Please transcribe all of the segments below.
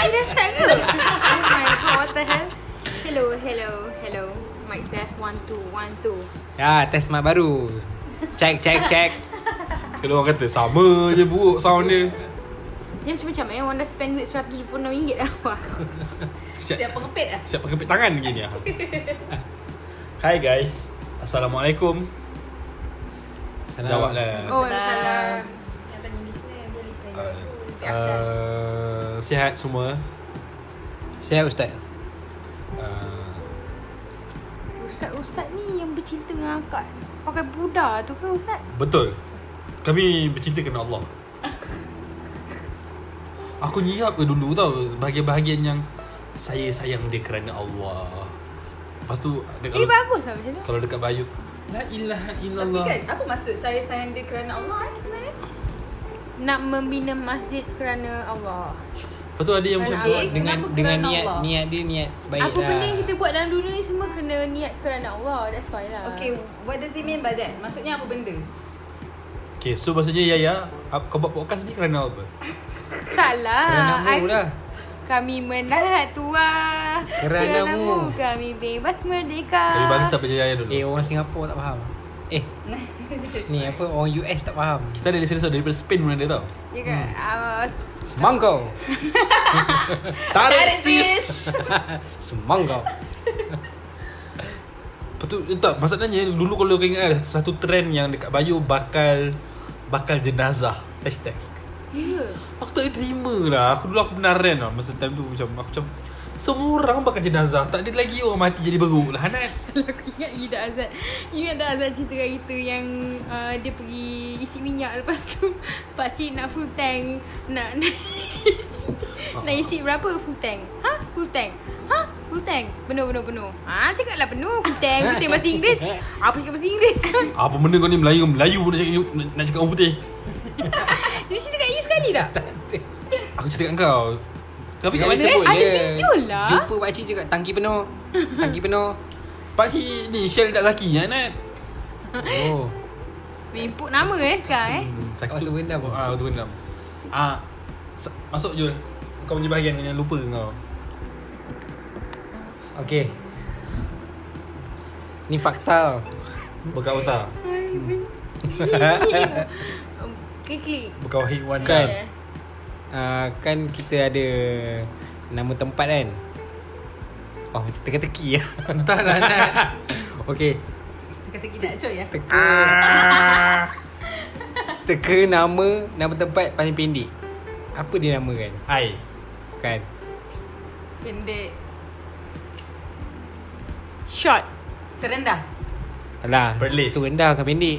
I just sang first. oh my god, what the hell? Hello, hello, hello. Mic test one two one two. Ya, test mic baru. Check, check, check. Sekali orang kata sama je buruk sound dia. Dia macam-macam eh. Orang dah spend duit RM126 dah. Wah. Siap, Siap pengepit lah siap pakai tangan gini ah. Hi guys. Assalamualaikum. Jawab lah. Oh, salam. Yang tanya listener Dia listener Uh, Kat atas. uh, sihat semua. Saya Ustaz. Uh, Ustaz-ustaz ni yang bercinta dengan akak. Pakai Buddha tu ke Ustaz? betul. Kami bercinta kena Allah. Aku nyiap ke dulu tau bahagian-bahagian yang saya sayang dia kerana Allah. Lepas tu ada Eh, kalau, bagus lah macam tu. kalau dekat Bayu La ilaha Tapi illallah. kan Apa maksud saya sayang dia kerana Allah eh sebenarnya Nak membina masjid kerana Allah. Lepas tu ada yang macam Masjid. Kenapa dengan kerana dengan niat Allah? niat dia niat baik Apa lah. benda yang kita buat dalam dunia ni semua kena niat kerana Allah. That's why Ah. lah. Okay What does it mean by that Maksudnya apa benda Okay, so maksudnya Yaya, ap- kau buat podcast ni kerana apa? Taklah. Kerana mu I- lah. Kami menahan tua Kerana mu. Kami bebas merdeka Kami bangsa berjaya dulu. Eh, orang Singapura tak faham. Eh. ni apa orang US tak faham. Kita ada listener tau, daripada Spain mana dia tau. Ya ke? Ah, Semangkau. Tarik sis! Semangkau. Betul eh, tak masalahnya dulu kalau kau ingat ada satu trend yang dekat bio bakal bakal jenazah hashtag. Ya Aku tak boleh terima lah. Aku dulu aku pernah rant lah masa time tu macam aku macam semua orang bakal jenazah. Tak ada lagi orang mati jadi beruk lah. Hanat. Kalau aku ingat Ida Azad You Ingat tak Azad cerita kat kita Yang uh, dia pergi isi minyak Lepas tu Pakcik nak full tank Nak Nak isi, nak Ah. isi berapa full tank Ha? Full tank Ha? Full tank Penuh penuh penuh Ha? Cakap lah penuh Full tank Full tank bahasa Inggeris Apa cakap bahasa Inggeris Apa benda kau ni Melayu? Melayu pun nak cakap, nak- nak cakap orang putih. Dia cerita kat you sekali tak? Aku cerita kat kau. Tapi kat Jangan mana? sebut Eh, ada dia. bijul lah. Jumpa pakcik juga tangki penuh. Tangki penuh. Pakcik ni Shell tak laki Hanat. Oh. Input nama eh sekarang eh Hmm, Waktu berendam. Ah, waktu berendam. Ah, sa- masuk Jul. Kau punya bahagian yang lupa kau. Okey. Ni fakta. Bekal otak. Um, Quickly Bekal hikwan Kan. Yeah. Uh, kan kita ada nama tempat kan. Oh, macam teka-teki lah. Entahlah, Nat. Okey. Dia kata kita coy ya Teka. teka nama, nama tempat paling pendek. Apa dia nama kan? Ai. Kan? Pendek Short Serendah Alah, Perlis. tu rendah kan pendek.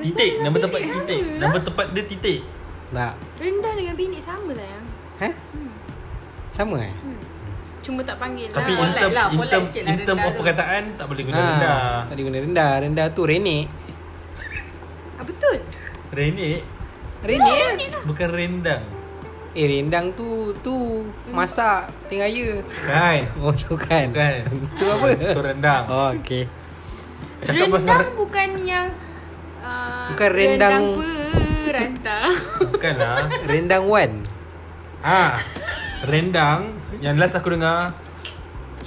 Titik. Nama tempat Titik titik. sama lah. Nama tempat dia titik. Tak. Rendah dengan pendek sama lah, ya. sayang Ha? Sama eh? Cuma tak panggil lah Tapi in polite term, lah, in polite term, sikit lah in term rendah of tu. perkataan tak boleh guna Ha, rendah. Tak ada guna rendah. Rendah tu renek. ah, Betul Renek Renek. bukan rendang. Eh rendang tu tu masak tengah raya. Kan? Oh tu kan. Bukan. tu apa? Itu rendang. Oh okey. Cakap Rendang pasal bukan yang uh, Bukan rendang- Rendang perantau bukan lah. Rendang wan. Ha. Rendang yang last aku dengar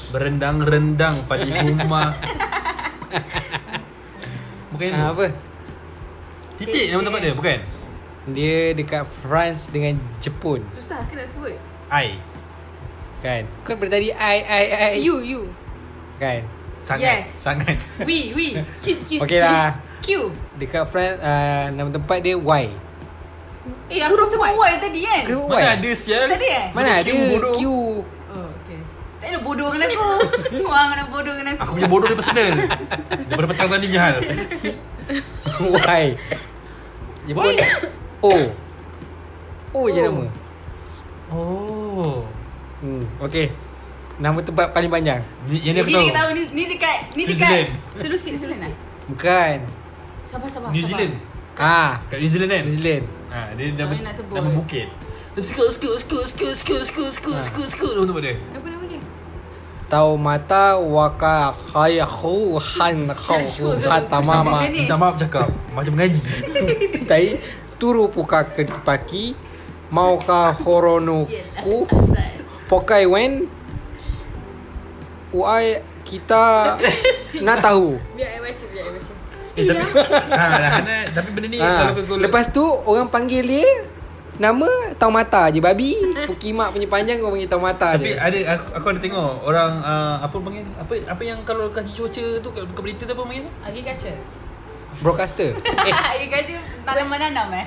berendang-rendang pada rumah. Bukan itu. Ha, apa? Titik nama tempat dia bukan? Dia dekat France dengan Jepun. Susah ke nak sebut Ai. Kan. Kau daripada tadi ai ai ai. You you Kan. Sangat. Yes. Sangat. We we Cute cute Okey lah. Q Dekat France uh, nama tempat dia Y. Eh aku rasa buat yang tadi kan Kenapa Y? Mana ada sial? Tadi eh Mana Sebab ada Q bodoh. Q. Oh okay Tak ada bodoh dengan aku Korang nak bodoh dengan Aku aku punya bodoh dia personal. Daripada petang tadi punya hal. y. Jepun O. O je Oh. nama. Oh. Hmm. Okey. Nama tempat paling panjang. Ni- Yang ni Ni aku dia tahu. tahu ni, ni dekat Ni Switzerland. dekat Selusin selusin Switzerland lah Bukan. Sabar sabar New sabar. Zealand. Ah, Kat New Zealand kan? New Zealand. Ha, dia nama, Tak boleh nak sebut. nama Eh, Ah. bukit. Skut, skut, skut, skut, skut, skut, skut, skut, skut. Nama tempat dia. Apa nama dia? Tau mata waka khayakhu han khawhu khatamama Ni. Minta maaf cakap Macam mengaji Tai turu puka ketipaki Mauka horonuku Pokai wen Uai kita nak tahu Biar I baca, biar I baca. Eh tapi ha, dah, nah, Tapi benda ni ha. kalau kau- Lepas tu orang panggil dia Nama Tau Mata je Babi Pukimak punya panjang kau panggil Tau Mata Tapi je ada aku, aku ada tengok orang uh, apa panggil apa apa yang kalau kaki cuaca tu kalau buka berita tu apa panggil? Agriculture Broadcaster Eh Agriculture Tanam menanam eh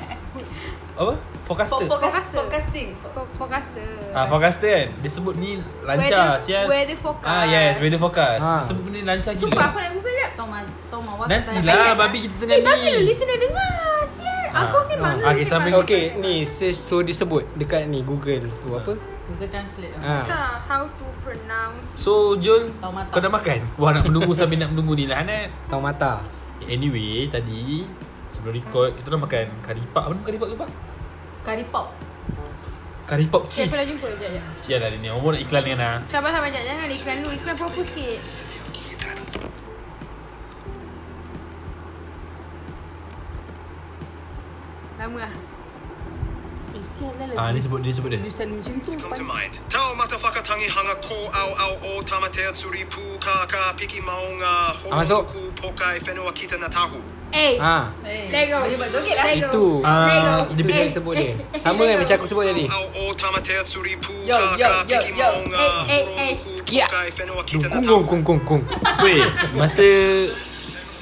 Apa? Forecaster. Forecast- Forecaster. Forecasting Fo- Forecaster. Eh, Ah forecaster kan. Dia sebut ni lancar Weather- sial. weather forecast. Ah yes, weather forecast. Ah. Dia sebut benda ni lancar gila. Sumpah aku nak Google jap. Toma Toma Wata Nantilah babi kita tengah Eh, ni. bagilah listener dengar. Sial. Ah, Aku sembang ah. dulu. Okay, sembang sambil- dulu. Okay ni search tu disebut Dekat ni Google tu apa Google Translate ha. Ha, how to pronounce So Jul, Tahu matang. kau dah makan? Wah nak menunggu sambil nak menunggu ni lah Hanat. Tau Mata Anyway, tadi sebelum record kita dah makan kari pap. Apa nama kari pap? Kari pap? Curry pop Kari pap Okay, cheese. aku dah jumpa jap jap. Sial lah dia ni. Orang nak iklan dengan ah. Sabar sabar jap jangan ada iklan dulu. Iklan proper sikit. Lama lah. Eh sial lah Ah ni sebut dia sebut dia. Tulisan macam tu Come to mind. Tau matafaka tangi hanga ko au au o tamate tsuri pu ka ka piki maunga ho Ah, masuk. ku pokai fenua kita na tahu. Eh. Ha Let go. Boleh buat joget lah Let go. Itu Let go. ah, Eh, Itu dia sebut dia eh, Sama let kan go. macam aku sebut tadi Au o tamate tsuri pu Yo, ka yo, ka yo, piki yo. maunga Eh, eh, ho eh. ku Sekiak. pokai fenua kita na Kung tahu. kung kung kung kung Weh, masa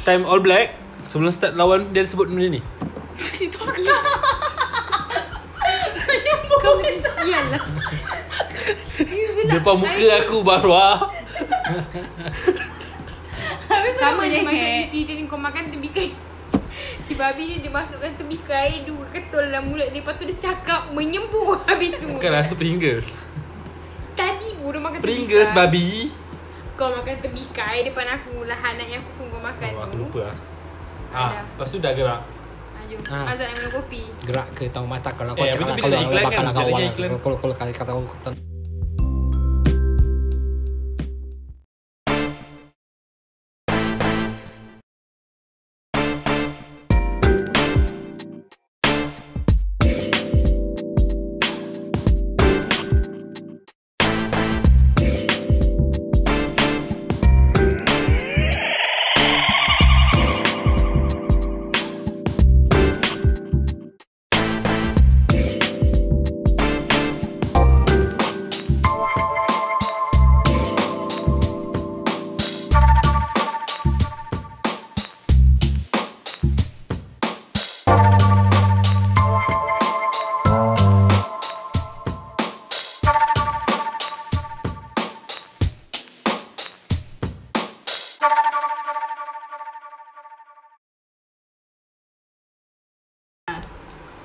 time All Black sebelum start lawan dia ada sebut benda ni. Kau macam sial lah. You pula. Depan muka aku ah. Barwa. Sama je Boleh. macam insiden kau makan tembikai Si babi ni dia masukkan tembikai Dua ketul dalam mulut dia Lepas tu dia cakap menyembur habis semua Bukanlah lah, tu Pringles. Tadi pun dia makan Pringles tembikai babi. Kau makan tembikai depan aku lah Anak yang aku sungguh makan Oh, aku tu lupa ah. Ah, Ah, lepas tu dah gerak. Ajuk Ha. Ah. ha. Azad nak minum kopi Gerak ke Tau Mata Kalau kau Eh, cakap betul bila Kalau iklan kalau kan, kalau macam kau lagi iklan. Kalau kalau kalau kalau kata kau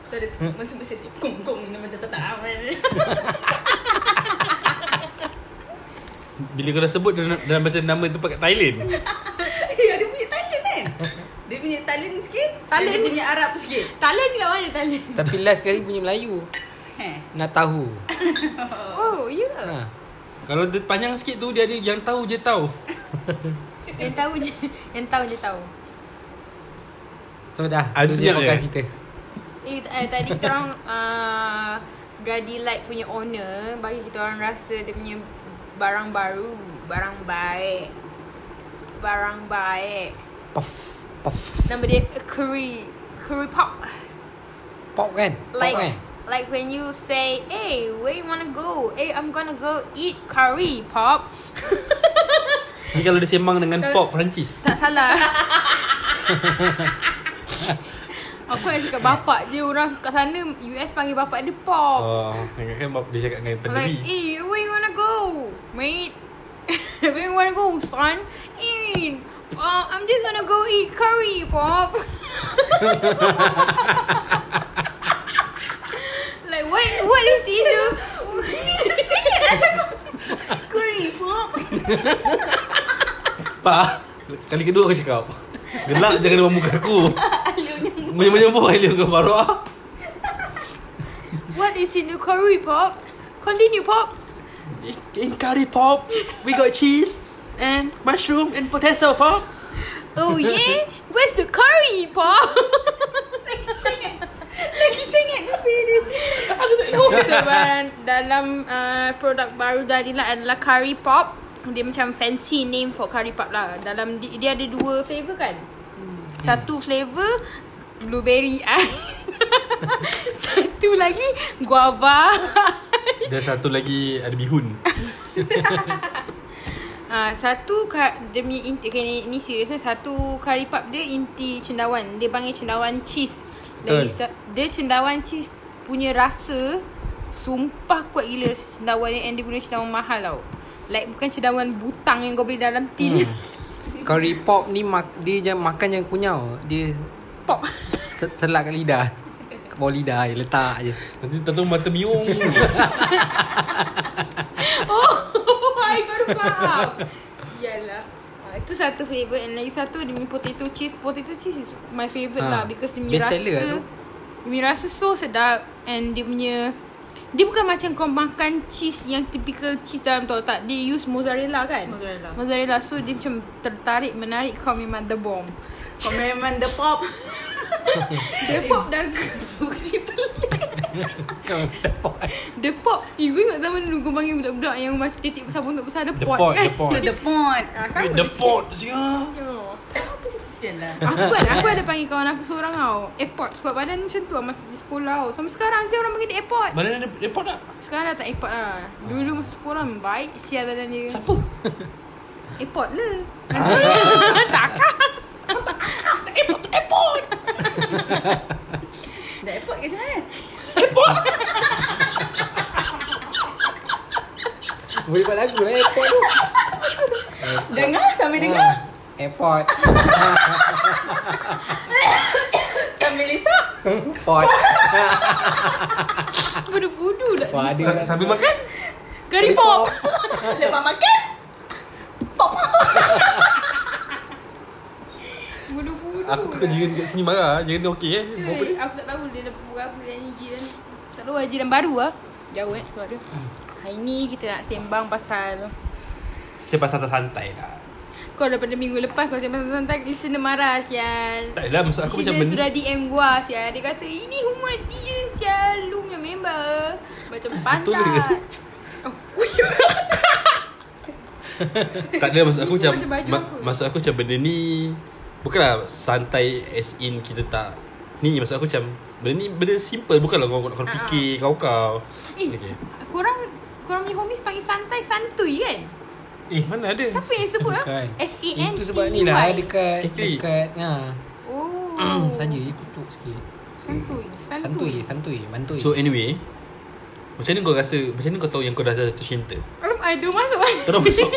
So dia Hmm. Masa-masa sikit Kum kum Nama tak tak Bila kau dah sebut dah, dah macam nama tempat kat Thailand. Ya dia punya talent kan Dia punya talent sikit Talent. Dia punya Arab sikit Talan kat mana talan Tapi last kali punya Melayu Heh Nak tahu Oh ya yeah. ha. Kalau dia panjang sikit tu dia ada yang tahu je tahu. Yang tahu je Yang tahu je tahu So dah Ah, Itu dia senyap podcast je. kita Eh, eh tadi kita orang uh, Grady Light punya owner bagi kita orang rasa dia punya barang baru, barang baik. Barang baik. Puff Puff Nama dia curry curry pop. Pop kan Pop Like kan like when you say, "Hey, where you wanna go?" "Hey, I'm gonna go eat curry pop." Ni kalau dia sembang dengan pop Perancis. tak salah. Aku nak cakap bapak je Orang kat sana US panggil bapak dia pop Oh, kan dia cakap dengan I'm like, pandemi. hey, where you wanna go, mate? where you wanna go, son? Hey, uh, I'm just gonna go eat curry, Pop. like, what? What is it? Curry pop Pa, kali kedua aku cakap. Gelak jangan depan muka aku. Menyembur-menyembur alien kau baru ah. what is in the curry, Pop? Continue, Pop. In Eh, curry pop, we got cheese and mushroom and potato pop. Oh yeah Where's the curry Paul Lagi sangat Lagi sangat Sebaran dalam uh, Produk baru Dalila adalah curry pop Dia macam fancy name For curry pop lah Dalam di- Dia ada dua flavour kan Satu flavour Blueberry ice Satu lagi Guava Dan satu lagi ada bihun. Ah, satu ka- dia punya inti okay, ni, ni serius eh. Satu curry puff dia inti cendawan. Dia panggil cendawan cheese. Lagi sa- Betul. dia cendawan cheese punya rasa sumpah kuat gila rasa cendawan ni and dia guna cendawan mahal tau. Like bukan cendawan butang yang kau beli dalam tin. Hmm. Curry pop ni mak, Dia jangan makan yang kunyau Dia Pop. se- Selak kat lidah Kat bawah lidah je Letak je Nanti tentu mata miung. Oh, I baru faham. Sialah. Ah, Itu satu flavour And lagi satu Dia punya potato cheese Potato cheese is my favourite lah Ah, Because dia punya best rasa seller lah tu. Dia punya rasa so sedap And dia punya Dia bukan macam kau makan cheese Yang typical cheese dalam tu tak Dia use mozzarella kan Mozzarella. Mozzarella So dia macam tertarik Menarik kau memang the bomb Kau memang the pop. The pop dah Bukti Kau The pop You ingat zaman dulu Kau panggil budak-budak Yang macam titik besar untuk besar The, The pot, pot, kan the pot. To the point. Ah, sama The sikit. pot sia. Oh. Sikit lah. Aku kan Aku ada panggil kawan aku seorang tau Airport Sebab badan macam tu lah Masa di sekolah tau Sampai sekarang Saya orang panggil dia airport Mana ada the pot tak? Sekarang dah tak airport lah Dulu masa sekolah Baik sial badan dia Siapa? Airport lah Takkan Takkan Airport tu airport Dah airport ke macam mana? Boleh buat lagu lah Airport tu Ha. Dengar Oh. sambil dengar. Airport Sambil lisap. Pot Budu-budu dah Wah, ada Sa- orang- Sambil makan? Curry pop Lepas makan. Budu-budu Aku tak jiran kat sini marah. Jiran dia okey eh. Cuy, Aku tak tahu Dia dah berbual apa Dan ni jiran Tak tahu lah jiran baru lah Jauh eh suara Hmm. Hari ni kita nak sembang pasal Saya pasal santai lah. Kau daripada minggu lepas kau sembang santai Listener marah sial Tak lah maksud aku Aku macam Sila sudah DM gua sial Dia kata ini humor dia sial Lu punya member Macam Betul ke? pantat Oh, Tak ada lah, maksud aku Ibu macam macam baju ma- aku. Maksud aku macam benda ni Bukanlah santai as in kita tak Ni maksud aku macam Benda ni benda simple Bukanlah kau kau nak kena Ah, fikir kau-kau Eh Okey. korang Korang punya homies panggil santai santui kan Eh mana ada Siapa yang sebut lah Bukan. S-A-N-T-U-Y Itu sebab ni lah Dekat Kekri. Dekat nah. Oh Hmm, Saja je kutuk sikit Santui Santui Santui Santui Mantui So eh. anyway Macam mana kau rasa Macam mana kau tahu yang kau dah jatuh cinta Alam aduh masuk Terus masuk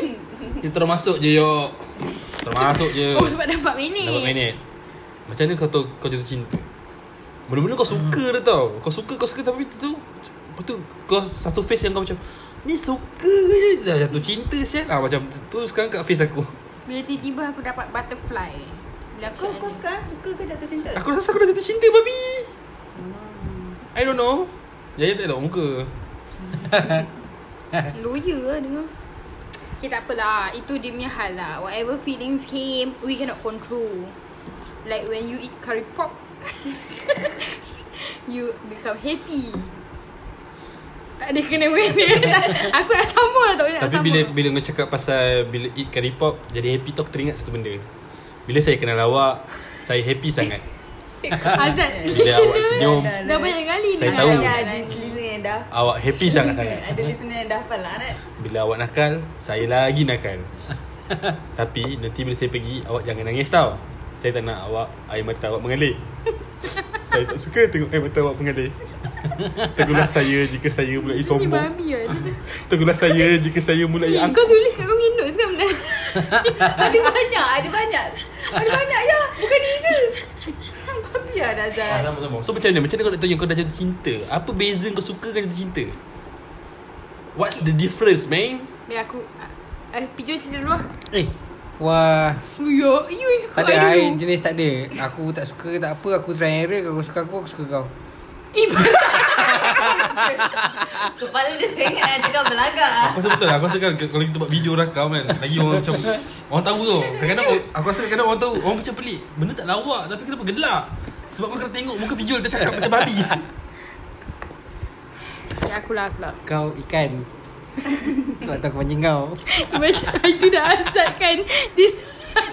Dia terus masuk je yok Terus masuk je Oh sebab dapat minit Dapat minit Macam mana kau tahu kau jatuh cinta Mula-mula kau suka dia tau Kau suka kau suka tapi tu Lepas tu kau satu face yang kau macam Ni suka je dah jatuh cinta sian ah, Macam tu sekarang kat face aku Bila tiba-tiba aku dapat butterfly Bila aku Kau kau sekarang suka ke jatuh cinta? Aku rasa aku dah jatuh cinta babi I don't know Jaya tak elok muka Lawyer lah dengar Okay tak apalah Itu dia punya hal lah Whatever feelings came We cannot control Like when you eat curry pop You become happy Tak ada kena-mena Aku nak sama lah tak boleh nak Tapi sama bila bila kau cakap pasal Bila eat curry pop Jadi happy talk teringat satu benda Bila saya kenal awak Saya happy sangat Azad Bila awak senyum Dah banyak kali lah. Saya dengar dah. tahu. Ya, ada listener yang dah Awak happy sangat-sangat Ada listener yang dah hafal lah Arat Bila awak nakal Saya lagi nakal Tapi Nanti bila saya pergi Awak jangan nangis tau Saya tak nak awak Air mata awak mengalir Saya tak suka tengok air mata awak mengalir Tegurlah saya Jika saya Ni mulai sombong babi lah dia. Tegurlah saya Jika saya mulai Eh, ang- Kau tulis kat kau punya notes kan benda Ada banyak Ada banyak Ada banyak ya Bukan ni je Babi lah Ah, dah Azad sama-sama. So macam mana? Macam mana kau nak tahu yang kau dah jatuh cinta? Apa beza kau suka dengan jatuh cinta? What's the difference, man? Biar aku Eh, pijol cerita dulu lah Eh Wah Yo, you suka Tak ada I air dulu jenis tak ada Aku tak suka tak apa Aku try and error Kau suka aku Aku suka kau Eh, Kepala dia sengit eh. Dia dah belagak. Aku rasa betul lah. Aku rasa kan Kalau kita buat video rakam kan Lagi orang macam Orang tahu tu Kadang-kadang orang- Aku rasa kadang-kadang orang tahu Orang macam pelik Benda tak lawak Tapi kenapa gelak Sebab kau kena tengok Muka pijol Dia cakap macam babi Okay, akulah, akulah. Kau ikan Aku Tak tahu kepanjang kau Macam itu dah azab kan. Dia,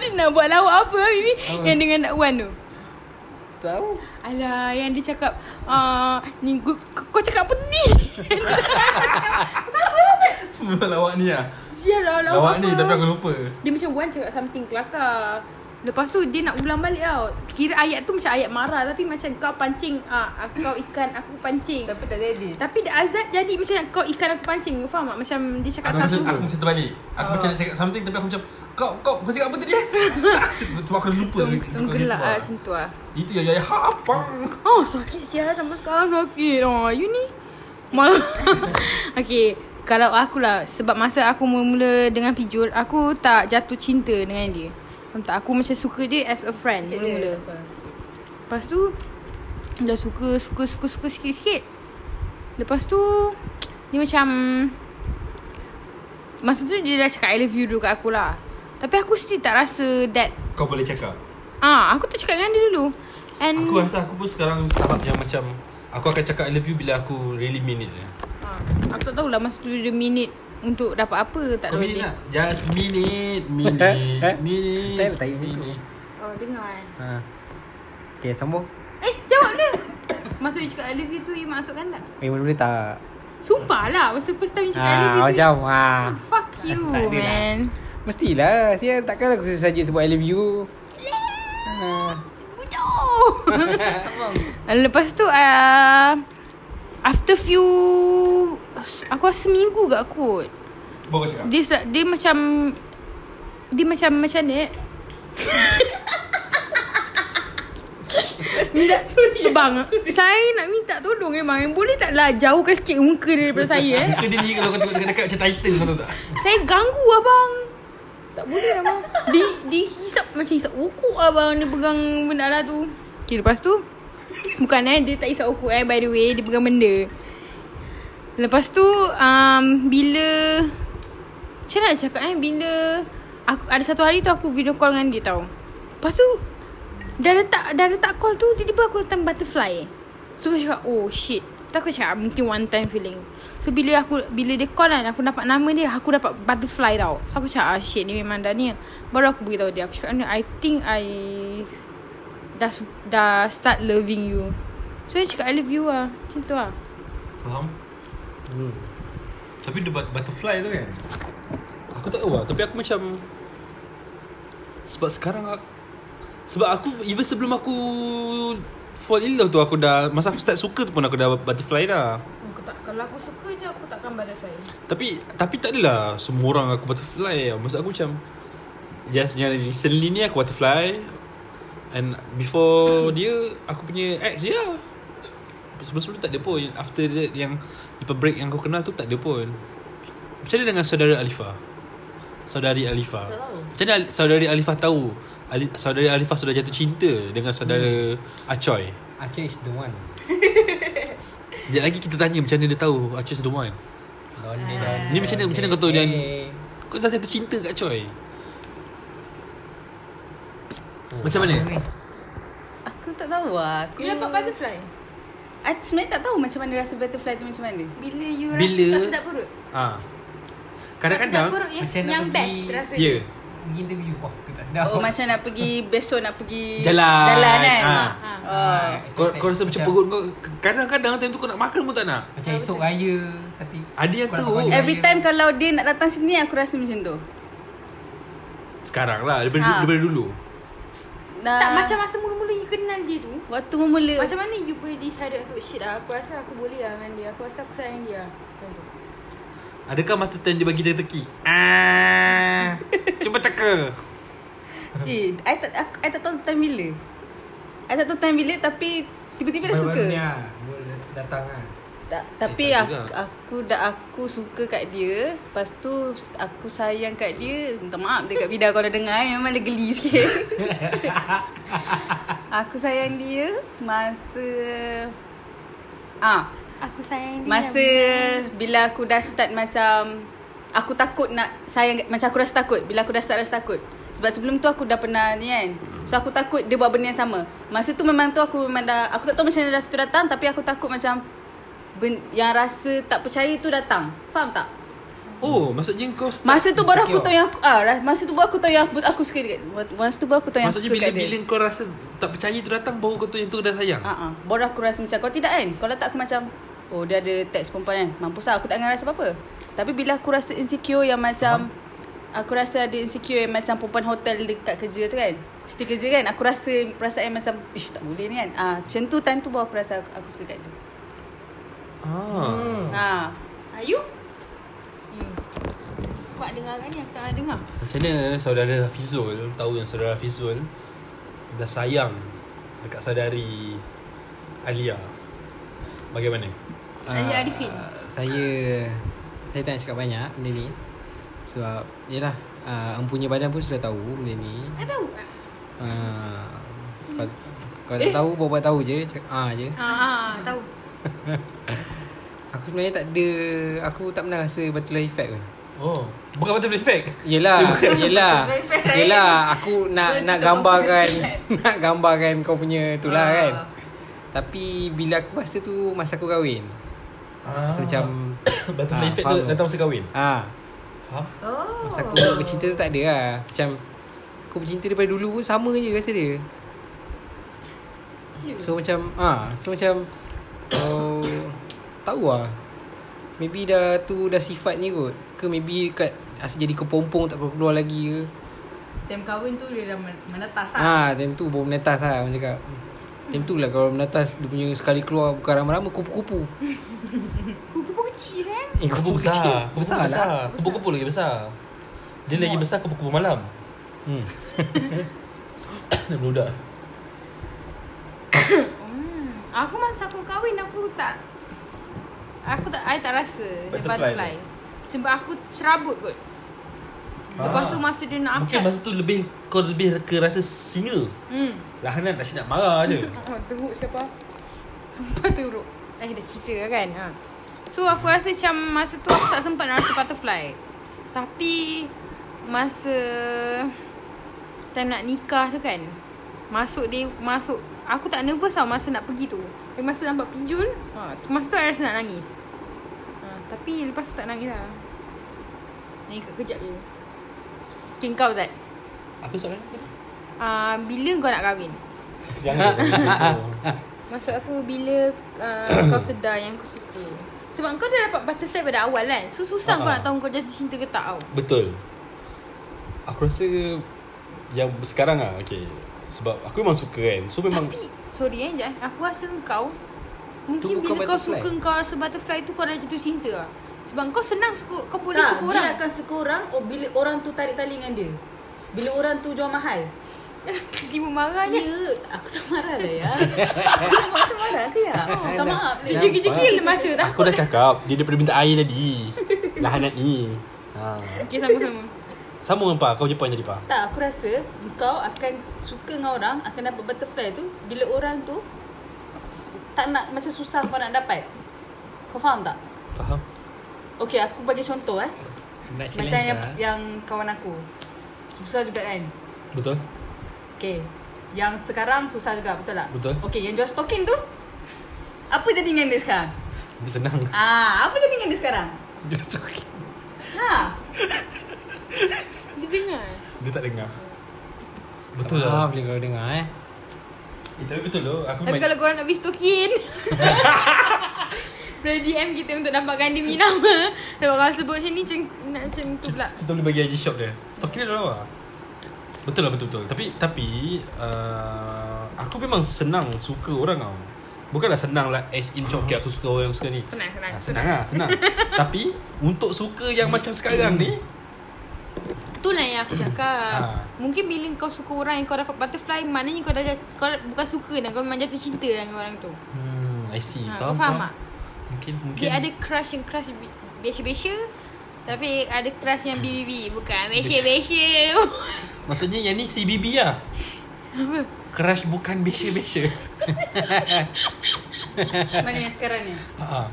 dia nak buat lawak apa Mimi? Apa? Yang dengan dakwan tu. Tahu Alah, yang dia cakap, ah, ni gua, kau cakap apa tadi? Memang lawak ni lah Sial lah, Lawak lawak, ni apa? Tapi aku lupa Dia macam Wan cakap something kelakar. Lepas tu dia nak ulang balik tau. Kira ayat tu macam ayat marah tapi macam kau pancing, ah, kau ikan, aku pancing. Tapi tak jadi. Tapi dah azad jadi macam kau ikan aku pancing. Kau faham tak? Macam dia cakap Aku rasa satu. aku macam terbalik Aku Oh. macam nak cakap something Tapi aku macam Kau kau kau cakap apa tadi eh Cuma aku lupa Sentuh, Aku sentuh gelak lupa. lah, sentuh lah. Itu yang yang hapang Oh sakit sial sampai sekarang sakit Oh you ni Mal Okay Kalau akulah Sebab masa aku mula-mula dengan Pijul Aku tak jatuh cinta dengan dia Faham tak? Aku macam suka dia as a friend mula-mula Lepas tu Dah suka Suka suka suka sikit-sikit Lepas tu Dia macam Masa tu dia dah cakap I love you dulu kat aku lah Tapi aku still tak rasa that Kau boleh cakap Ah, aku tak cakap dengan dia dulu And Aku rasa aku pun sekarang Tahap yang macam Aku akan cakap I love you Bila aku really mean it eh. Ha, aku tak tahulah masa tu dia minit untuk dapat apa tak Kau tahu minit dia. tak? Just minit Minit Minit Tak ada tak ada minit. Oh, dengar kan. ha. Okay sambung Eh, jawab dia. Masa you cakap I love you tu you masukkan tak? Eh mula-mula tak Sumpah lah masa first time you cakap I love you Ah, tu. you- macam ah. Fuck you, Tak ada lah. man. Mestilah Sial takkan aku saja sebut I love you Ah. Bodoh. Lepas tu uh, after few aku rasa seminggu gak kot. Bawa kau cakap Dia sa- dia macam dia macam macam ni. eh? Minta sorry Bang Saya nak minta tolong memang Boleh tak lah Jauhkan sikit muka dia daripada saya eh Muka dia ni kalau kau tengok dia cakap macam Titan kau tahu tak? Saya ganggu abang Tak boleh lah, abang Dia, dia hisap macam hisap ukuk abang Dia pegang benda lah tu Okay lepas tu Bukan eh Dia tak hisap ukuk eh by the way Dia pegang benda Lepas tu um, Bila Macam mana nak cakap eh Bila aku Ada satu hari tu aku video call dengan dia tau Lepas tu Dah letak Dah letak call tu Tiba-tiba aku datang butterfly So aku cakap Oh shit Tu aku cakap Mungkin one time feeling So bila aku Bila dia call kan Aku dapat nama dia Aku dapat butterfly tau So aku cakap Ah shit ni memang dah ni Baru aku beritahu dia Aku cakap I think I Dah su- Dah start loving you So dia cakap I love you lah Macam tu lah Faham? Hmm. Tapi dia but- butterfly tu kan Aku tak tahu lah Tapi aku macam Sebab sekarang aku, Sebab aku Even sebelum aku Fall in love tu aku dah Masa aku start suka tu pun aku dah butterfly dah aku tak, Kalau aku suka je Aku takkan butterfly Tapi Tapi tak adalah Semua orang aku butterfly tau. Maksud aku macam Just yang recently ni aku butterfly And before dia Aku punya ex je lah Sebelum-sebelum tu tak ada pun After that yang Lepas break yang kau kenal tu tak ada pun Macam mana dengan saudara Alifa? Saudari Alifa Tak tahu. Macam mana Al- saudari Alifa tahu Ali, Saudari Alifa sudah jatuh cinta Dengan saudara hmm. Acoy Aceh is the one Sekejap lagi kita tanya Macam mana dia tahu Acoy is the one Donde, donde, Ni macam mana- macam mana kau tahu donde. dia- Kau dah jatuh cinta kat Coy Hmm. Macam mana? Aku tak tahu lah. Aku... You dapat butterfly I sebenarnya tak tahu macam mana rasa butterfly tu macam mana. Bila you rasa Bila- rasa tak tak sedap sedap perut Ah. Tak Kadang-kadang sedap perut yang, macam nak yang best pergi- rasa Ya Pergi interview Oh tu tak sedap Oh, macam nak pergi besok nak pergi Jalan. Jalan kan. Ah. ha. Oh. kau, kau rasa macam perut kau Kadang-kadang time tu kau nak makan pun tak nak Macam esok raya Tapi Ada yang Kurang teruk. kepanjang Every raya. time kalau dia nak datang sini aku rasa macam tu. Sekarang lah Daripada, Ah. daripada dulu Dah Tak macam masa mula-mula you kenal dia tu waktu memula Macam mana you boleh decided untuk shit lah Aku rasa aku boleh lah dengan dia Aku rasa aku sayang dia lah. Adakah masa time dia bagi teka-teki? Ah. Cuba teka eh I tak aku, I tak tahu time bila. I tak tahu time bila tapi tiba-tiba dah suka. Baru-baru ni lah Baru datang lah Tak, Eh, tapi tak aku, juga. aku dah aku suka kat dia, lepas tu aku sayang kat dia. Minta maaf dekat Bida kalau dengar eh, memang dia geli sikit. aku sayang dia masa ah Aku sayang dia. Masa bila aku dah start macam Aku takut nak sayang Macam aku rasa takut Bila aku dah start rasa takut Sebab sebelum tu aku dah pernah ni kan So aku takut dia buat benda yang sama Masa tu memang tu aku memang dah Aku tak tahu macam mana rasa tu datang Tapi aku takut macam ben, Yang rasa tak percaya tu datang Faham tak? Oh, maksudnya kau start Masa tu baru aku insecure. tahu yang aku, ah, ra- Masa tu baru aku tahu yang aku, aku suka dekat Masa tu baru aku tahu yang Maksudnya aku suka kat bila, dia bila kau rasa tak percaya tu datang Baru kau tahu yang tu dah sayang Ah, ah. Baru aku rasa macam Kau tidak kan Kalau tak aku macam Oh dia ada teks perempuan kan Mampus lah aku tak akan rasa apa-apa Tapi bila aku rasa insecure yang macam Aku rasa ada insecure yang macam Perempuan hotel dekat kerja tu kan Still kerja kan Aku rasa perasaan macam Ish tak boleh ni kan ah, Macam tu time tu baru aku rasa aku, aku suka kat dia ah. Oh. ah. Are you? You. Buat dengar kat ni aku tak nak dengar. Macam mana saudara Hafizul Tahu yang saudara Hafizul Dah sayang Dekat saudari Alia Bagaimana? Ah. Ya, Saya Arifin. Ah, Saya Saya tak nak cakap banyak benda ni Sebab Yelah uh, Empunya badan pun sudah tahu benda ni Aku tahu. tak? uh, kalau, kalau Eh. tak tahu Buat-buat tahu je Cakap ah je Ah, ah, tahu. Aku sebenarnya tak ada Aku tak pernah rasa butterfly effect pun Oh Bukan butterfly effect Yelah Yelah Yelah Aku nak Bukan nak disebabkan gambarkan butterfly Nak gambarkan kau punya tu lah Ah. kan Tapi bila aku rasa tu Masa aku kahwin ah. So macam Butterfly Ah, effect tu faham. datang masa kahwin Ah, Faham? Oh Masa aku bercinta tu tak ada lah Macam Aku bercinta daripada dulu pun sama je rasa dia Ya. So macam ah, So macam oh, Tahu lah Maybe dah tu dah sifatnya kot Ke maybe kat Asyik jadi kepompong tak keluar lagi ke Time kahwin tu dia dah men- menetas lah. Ha, time tu baru menetas lah Orang cakap Time tu lah kalau menetas Dia punya sekali keluar Bukan rama-rama Kupu-kupu Kuku-kuku kecil kan? Eh kupu-kupu Kupu kecil besar Kupu Besar besar lah Kupu-kupu lagi besar Dia lagi besar kupu-kupu malam hmm. Dia meludak Hmm. Aku masa aku kahwin aku tak aku tak I tak rasa butterfly. butterfly. Sebab aku serabut kot. Lepas tu masa dia nak Ah. Mungkin angkat. masa tu lebih Kau lebih ke rasa singa Hmm. Lahanan asyik nak marah je Oh, teruk siapa? Sumpah teruk. Eh dah cerita lah kan. Ha. So aku rasa macam masa tu aku tak sempat nak rasa butterfly. Tapi masa time nak nikah tu kan. Masuk dia masuk aku tak nervous tau masa nak pergi tu. Tapi masa nampak pinjul, ha, tu- masa tu aku rasa nak nangis. Ha, tapi lepas tu tak nangis lah. Nangis kat kejap je. Okay, kau Zat. Apa soalan tadi? Uh, bila kau nak kahwin? Jangan Maksud aku bila uh, kau sedar yang kau suka Sebab kau dah dapat butterfly pada awal kan So susah Ah. uh-huh. kau nak tahu kau jatuh cinta ke tak tau Betul Aku rasa Yang sekarang lah Okay Sebab aku memang suka kan So memang Tapi sorry eh sekejap eh. Aku rasa kau Mungkin bukan bila kau butterfly. suka kau rasa butterfly tu kau dah jatuh cinta lah Sebab kau senang suka Kau boleh Tak, suka orang Dia akan suka orang oh, bila orang tu tarik tali dengan dia. Bila orang tu jual mahal. Tiba marahnya Ya, aku tak marah lah ya. aku nampak macam marah ke ya? Oh, tak maaf. lah ya. Kejil-kejil mata tak Aku dah cakap Dia daripada minta air tadi Lahanat ni ha. Okay sama-sama Sama dengan Pa Kau je Pa yang jadi Pa Tak, aku rasa kau akan suka dengan orang, akan dapat butterfly tu bila orang tu tak nak macam susah kau nak dapat. Kau faham tak? Faham? Okey, aku bagi contoh eh. Nak Macam yang, eh. yang kawan aku. Susah juga kan? Betul? Okay Yang sekarang susah juga betul tak? Betul. Okay yang jual stokin tu Apa jadi dengan dia sekarang? Dia senang Ah, apa jadi dengan dia sekarang? Dia suka Ha. Dia dengar Dia tak dengar Betul Betul lah lah Boleh kalau dengar eh eh, Tapi betul loh Aku Tapi kalau korang nak pergi stokin Boleh DM kita untuk dapatkan dia punya nama Sebab kalau sebut macam ni macam, nak macam tu pula kita boleh bagi IG shop dia Stokin dia dah lawa Betul lah betul-betul Tapi Tapi uh, Aku memang senang Suka orang tau Bukanlah senang lah As in macam Okay aku suka orang yang suka ni Senang, senang, Ah, Senang lah Senang Tapi Untuk suka yang macam sekarang ni Itulah yang aku cakap. Ah. Mungkin bila kau suka orang yang kau dapat butterfly, maknanya kau dah jat- kau dah- bukan suka dah, kau memang jatuh cinta dah dengan orang tu. Hmm I see Ha, kau faham tak? Mungkin mungkin Dia ada crush yang crush bi- biasa-biasa, tapi ada crush yang BBB, bukan biasa-biasa. Maksudnya yang ni CBB lah Crush bukan besha-besha Mana yang sekarang ni? Ha.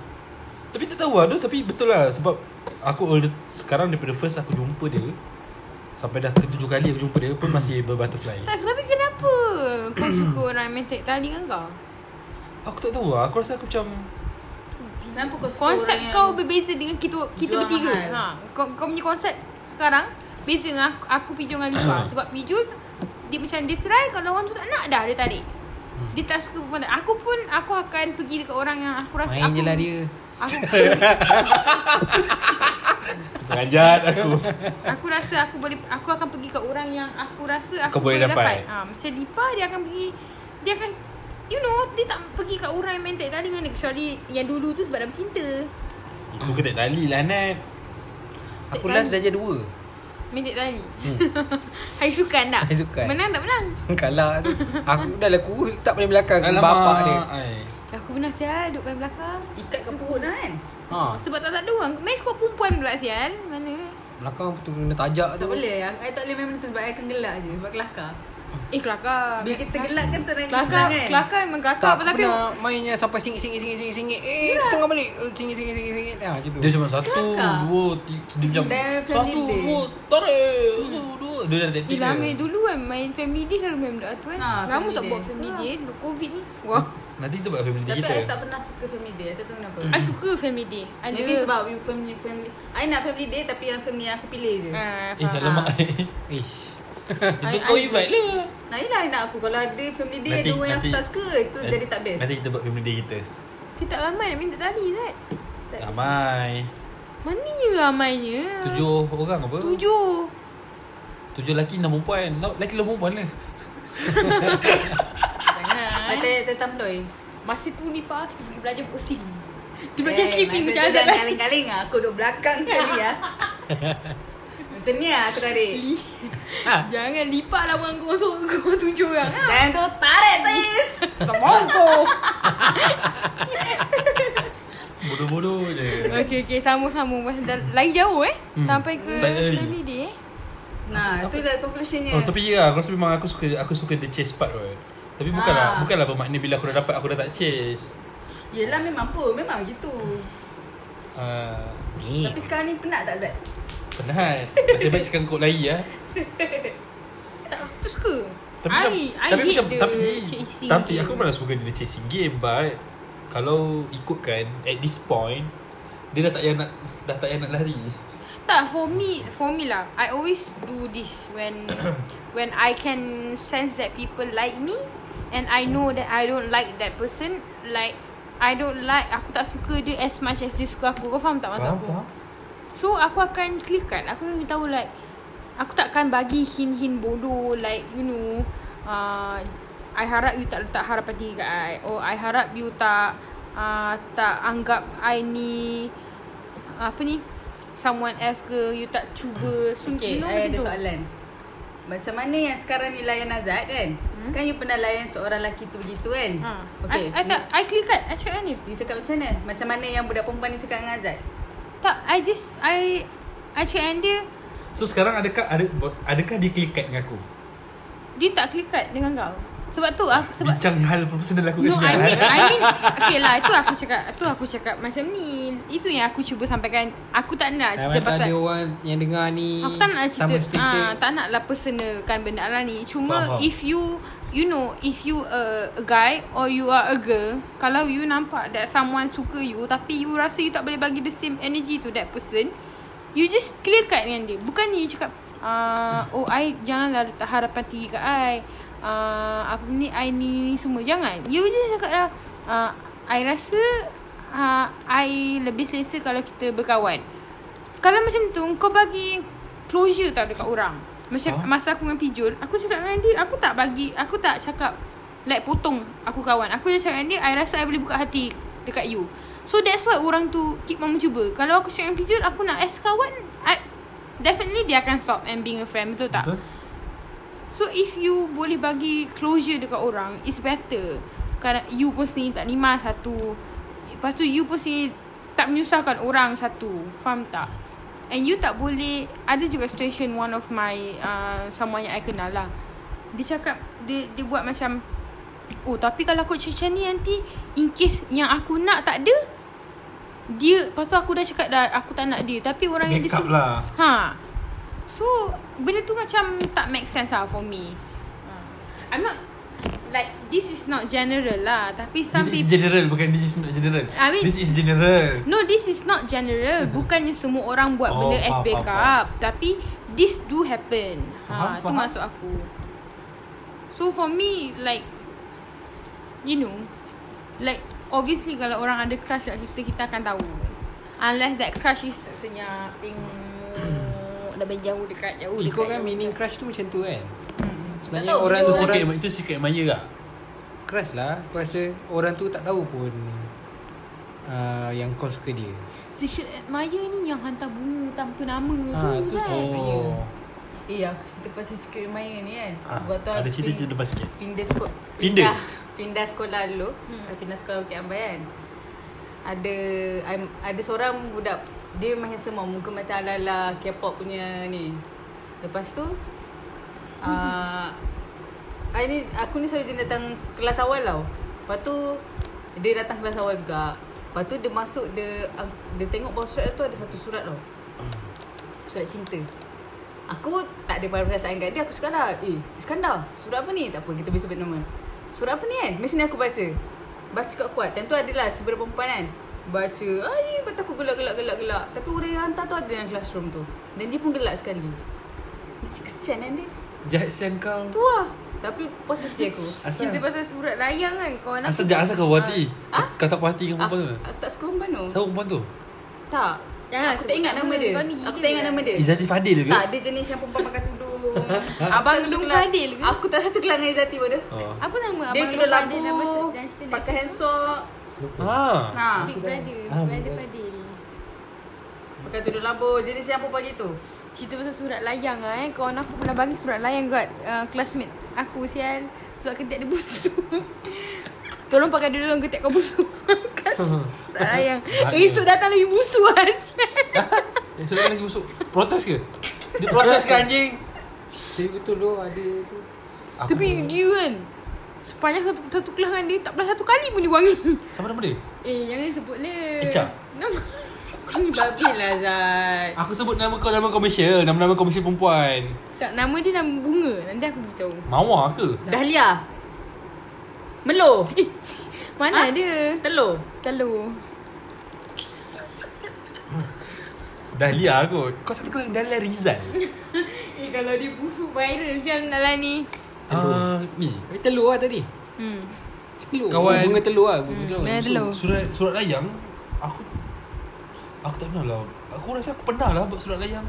Tapi tak tahu lah tu Tapi betul lah Sebab Aku all- Sekarang daripada first Aku jumpa dia Sampai dah ketujuh kali Aku jumpa dia Pun masih Hmm. berbutterfly Tak, tapi kenapa kau suka orang yang tarik tali dengan kau? Aku tak tahu lah Aku rasa aku macam Kenapa kau suka Konsep orang kau yang- berbeza dengan kita kita Jual bertiga. mahal. Ha, kau, kau punya konsep sekarang beza dengan aku, aku Pijul dengan Lipa sebab Pijul dia macam dia try kalau orang tu tak nak dah dia tarik. Dia tak suka perempuan tarik. Aku pun aku akan pergi dekat orang yang aku rasa aku Main je lah dia Aku Terganjat aku aku rasa aku boleh aku akan pergi kat orang yang aku rasa aku Kau boleh dapat. Ha, macam Lipa dia akan pergi dia akan you know dia tak pergi kat orang yang main tarik tali dengan dia kecuali yang dulu tu sebab dah bercinta. Itu ketik tali lah Nat Aku last darjah 2 Main tarik tali. Hari sukan tak? Hmm. Hari sukan. Menang tak menang? Kalah tu Aku dah lah kurus Tak paling belakang Alamak. Bapak dia ai. Aku pernah sial duduk paling belakang Ikat kat perut dah kan ha, Sebab tak tak ada orang Main skor perempuan pula sial Mana Belakang tu kena tajak tu Tak boleh aku- I tak boleh main benda tu Sebab I akan gelak je Sebab kelakar Eh kelakar Bila kita gelak kan Terang Kelakar Kelakar memang kelakar tak, apa aku Tapi pernah mainnya sampai singit, singit, singit, singit, singit. Eh, aku tengah balik. Eh, Singit, singit, singit, singit. Ha, macam tu. Dia cuma satu Kelakar. Dua tiga, Dia macam Then family Satu day. Hmm. Dua Tarik Dua Dua Dia dah Eh taktik dia. lama dulu kan Main family day selalu main benda tu kan Ah, Lama family tak day. buat family day Dulu covid ni Hmm. Wah Nanti kita buat family Tapi kita I tak pernah suka family day I tak tahu kenapa I suka family day I Maybe love- sebab you family, family I nak family day Tapi yang family yang aku pilih je Ah, Eh faham. alamak Ish. Itu I- kau I- invite lah Nah yelah I nak aku Kalau ada family day Ada orang yang aku tak suka Itu jadi tak best eh, Nanti kita buat family day kita Kita tak ramai nak minta tali kan Ramai Mananya ramainya Tujuh orang apa? Tujuh Tujuh lelaki enam perempuan No, Lelaki enam perempuan lah I Jangan tak tak tamploi Masa tu ni pa Kita pergi belajar pukul sing Kita belajar skipping macam Azad Azad lah lah Kaling-kaling ah, Aku duduk belakang sekali lah Macam ni lah aku tarik Li- Ah. Ha? Jangan lipat lah orang kau masuk kau tujuh orang ha? Dan tu tarik sis Semua kau Bodoh-bodoh je Okay okay sama-sama Mas- dah Lagi jauh eh hmm. Sampai ke Tak ada lagi. family day eh Nah tu dah conclusionnya Oh, tapi ya, aku rasa memang aku suka aku suka the chase part kot. Tapi bukanlah, Ah. bukanlah bermakna bila aku dah dapat aku dah tak chase. Yelah memang pun Memang gitu Uh, Eh, Tapi sekarang ni penat tak Zat? penat. Nasib baik sekarang kot lari ah. Tak aku tak suka Tapi I, macam, I tapi hate macam, the tapi, chasing tapi game. aku malah suka dia chasing game but kalau ikutkan at this point dia dah tak payah nak dah tak payah nak lari. Tak for me For me lah I always do this When When I can sense that people like me And I know that I don't like that person Like I don't like Aku tak suka dia as much as dia suka aku Kau faham tak maksud aku? So aku akan clear cut Aku akan tahu like Aku takkan bagi hin-hin bodoh Like you know uh, I harap you tak letak harapan tinggi kat I Or I harap you tak uh, Tak anggap I ni Apa ni Someone else ke You tak cuba so, Okay, You know I macam eh, ada tu soalan. Macam mana yang sekarang ni layan Azad kan? Hmm? Kan you pernah layan seorang lelaki tu begitu kan? ha. Okay. I, I tak I clear cut I cakap ni You cakap macam mana? Macam mana yang budak perempuan ni cakap dengan Azad? Tak I just I I cakap dengan dia So sekarang adakah ada adakah dia click kat dengan aku? Dia tak clear cut dengan kau Sebab tu aku, Sebab Bincang hal personal aku kat No, sini. lah. I mean, I mean, okay lah. Itu aku cakap, itu aku cakap macam ni. Itu yang aku cuba sampaikan. Aku tak nak Ah, cerita Jangan tak ada pasal. orang yang dengar ni. Aku tak nak cerita. Sama station. Ah, tak nak lah personalkan benda lah ni. Cuma Faham. if you, you know, if you a, a guy or you are a girl, kalau you nampak that someone suka you, tapi you rasa you tak boleh bagi the same energy to that person, you just clear cut dengan dia. Bukan you cakap, uh, oh I janganlah letak harapan tinggi kat I. Uh, apa ni, I ni, ni semua. Jangan. You just cakap lah, uh, I rasa uh, I lebih selesa kalau kita berkawan. Kalau macam tu Kau bagi Closure tau dekat orang Macam huh? Ha? masa aku dengan Pijul Aku cakap dengan dia Aku tak bagi Aku tak cakap Like potong Aku kawan Aku je cakap dengan dia I rasa I boleh buka hati Dekat you So that's why orang tu Keep on mencuba Kalau aku cakap dengan Pijul Aku nak as kawan I, Definitely dia akan stop And being a friend Betul tak? Betul? So if you boleh bagi closure dekat orang It's better Kadang you pun sendiri tak lima satu Lepas tu you pun sendiri tak menyusahkan orang satu Faham tak? And you tak boleh Ada juga situation one of my uh, Someone yang I kenal lah Dia cakap Dia dia buat macam Oh tapi kalau aku macam ni nanti In case yang aku nak tak ada Dia Lepas tu aku dah cakap dah Aku tak nak dia Tapi orang yang dia Backup suka- lah Ha So Benda tu macam Tak make sense lah for me Ha. I'm not Like This is not general lah Tapi some This is people general Bukan this is not general I mean- This is general No, this is not general. Bukannya semua orang buat Mm-hmm. Oh, benda as faham, faham, backup, tapi this do happen. Faham, Ha, tu faham. maksud aku. So for me like you know, like obviously kalau orang ada crush kat kita kita akan tahu. Unless that crush is senyap tengok dah jauh dekat jauh Ikut dekat. kan jauh. meaning crush tu macam tu kan Hmm. Sebenarnya Tak tahu orang Itu tu secret, orang itu secret maya lah. kak crush lah Aku rasa orang tu tak tahu pun uh, Yang kau suka dia Secret admirer eh, ni yang hantar bunga tanpa nama Ah, tu, tu kan. Oh. Eh aku cerita pasal secret admirer ni kan Ah, Waktu aku ada cerita pin- cerita lepas sikit. Pindah sekolah Pindah? Pindah sekolah dulu hmm. Pindah sekolah Bukit Ambai kan Ada I'm- Ada seorang budak Dia memang handsome tau. Muka macam ala-ala K-pop punya ni Lepas tu ah, I ni, Aku ni selalu dia datang Kelas awal tau Lepas tu Dia datang kelas awal juga Lepas tu dia masuk Dia ang- dia tengok bawah surat tu Ada satu surat tau Hmm. Surat cinta Aku tak ada perasaan kat dia Aku suka lah Eh Iskandar Surat apa ni Tak apa kita boleh sebut nama Surat apa ni kan Mesti ni aku baca Baca kat kuat Time tu adalah sebelah perempuan kan Baca Ay Lepas tu aku gelak-gelak-gelak-gelak Tapi orang yang hantar tu ada dalam classroom tu Dan dia pun gelak sekali Mesti kesian kan dia Jahat sian kau Tu lah Tapi puas hati aku Asal Cerita pasal surat layang kan kawan aku. Asal jahat asal kau puas hati Ah. Kau tak puas hati dengan aku, perempuan Ah. tu aku tak suka perempuan tu Siapa perempuan tu Tak Jangan sebut Aku tak ingat Ah, nama dia Kau ni Aku gila tak ingat lah. nama dia Izzati Fadil ke Tak dia jenis yang perempuan pakai tudung Abang Aku tak satu Long kelas- Fadil ke? Aku tak satu kelas dengan Izzati bodoh Oh. Apa nama Dia abang tudung Long Fadil labu nama se- dan cerita Netflix Pakai hand tu? sock Ha. ha. Big Brother Ah, Big Brother Big Fadil Pakai tudung labu Jenis yang perempuan gitu Cerita pasal surat layang lah eh Kawan aku pernah bagi surat layang kat uh, Classmate aku sial Sebab ketiak dia busuk Tolong pakai dulu dong ketiak kau busuk Kat Surat layang Eh esok datang lagi busuk lah sial Eh, Surat lagi busuk Protes ke? Dia protes ke anjing? Tapi betul tu ada tu Aku- Tapi dia kan Sepanjang satu, satu kelas dengan dia Tak pernah satu kali pun dia wangi Siapa nama dia? Eh jangan sebut lah Echa. Nama Ni babi lah Zat Aku sebut nama kau nama komersial Nama-nama komersial perempuan Tak nama dia nama bunga Nanti aku beritahu Mawar ke? Dahlia Melo Eh Mana Ah. dia Telur Kalau Dahlia kot Kau satu kelas dengan Dahlia Rizal Eh kalau dia busuk viral sial dalam ni Ah, Ni Eh telur lah tadi Hmm Telur Kawan- Bunga telur lah Bunga telur Mana Hmm. telur Surat surat layang Aku Aku tak pernah lah Aku rasa aku pernah lah buat surat layang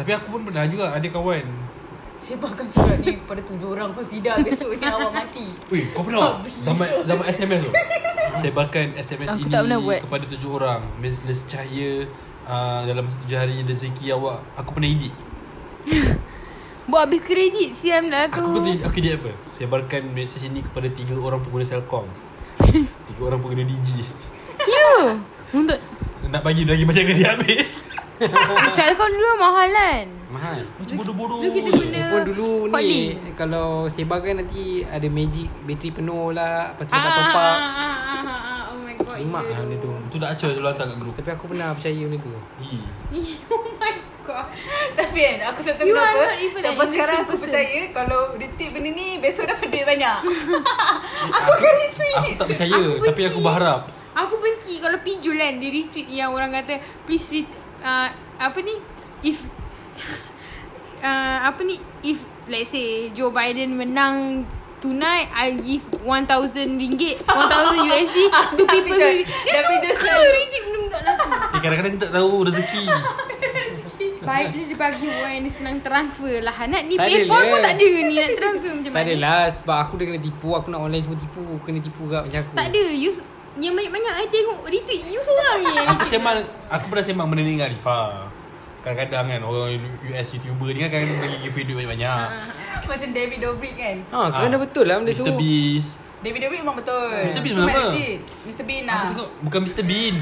Tapi aku pun pernah juga ada kawan Sebarkan surat ni kepada tujuh orang Kalau tidak besoknya awak mati Weh kau pernah? Zaman zaman SMS tu Sebarkan SMS Aku ini tak pernah buat. kepada tujuh orang Mes- Nescaya uh, dalam masa tujuh hari rezeki awak Aku pernah edit Buat habis kredit siam lah tu Aku pun tidak Aku edit apa Sebarkan mesej ini kepada tiga orang pengguna Selcom Tiga orang pengguna Digi Ya Untuk Nak bagi lagi macam kena dia habis Cell kau dulu mahal kan Mahal Macam bodoh-bodoh Dulu kita je. guna Pun dulu ni Hotly. Kalau sebarkan nanti Ada magic Bateri penuh lah Lepas tu ah, nak top ah, up ah, ah, ah, ah, Oh my god Semak ya lah benda tu tu Tu dah acau selalu hantar kat grup Tapi aku pernah percaya benda tu Ih. Oh my god Tapi kan aku tak tahu You kenapa are not even an Sampai sekarang innocent aku person. percaya Kalau retweet benda ni Besok dapat duit banyak Aku, aku, aku tak percaya Aku benci. Ya, Tapi aku berharap Aku benci kalau pijul kan Dia retweet yang orang kata Please read uh, Apa ni If uh, Apa ni If Let's say Joe Biden menang Tonight I give 1000 ringgit 1000 USD To people who Tapi Dia tapi dia suka selalu- retweet benda-benda lah tu eh, Kadang-kadang kita tak tahu rezeki Baik lah dia dia bagi orang yang dia senang transfer lah Anak ni Tak ada paypal lah. pun tak ada ni Nak transfer macam Tak lah. mana adalah Sebab aku dah kena tipu Aku nak online semua tipu Kena tipu kat macam aku Tak ada you, Yang banyak-banyak I tengok retweet You seorang je yang Aku sembang Aku pernah sembang benda ni dengan Arifah Kadang-kadang kan Orang US YouTuber ni kan Kadang-kadang bagi giveaway duit banyak-banyak Macam David Dobrik kan Ha kerana betul lah benda tu Mr. Ah. Beast David Dobrik memang betul Mr. Bean Tu apa? Mike Lee. Mr. Bean lah Aku tengok Bukan Mr. Bean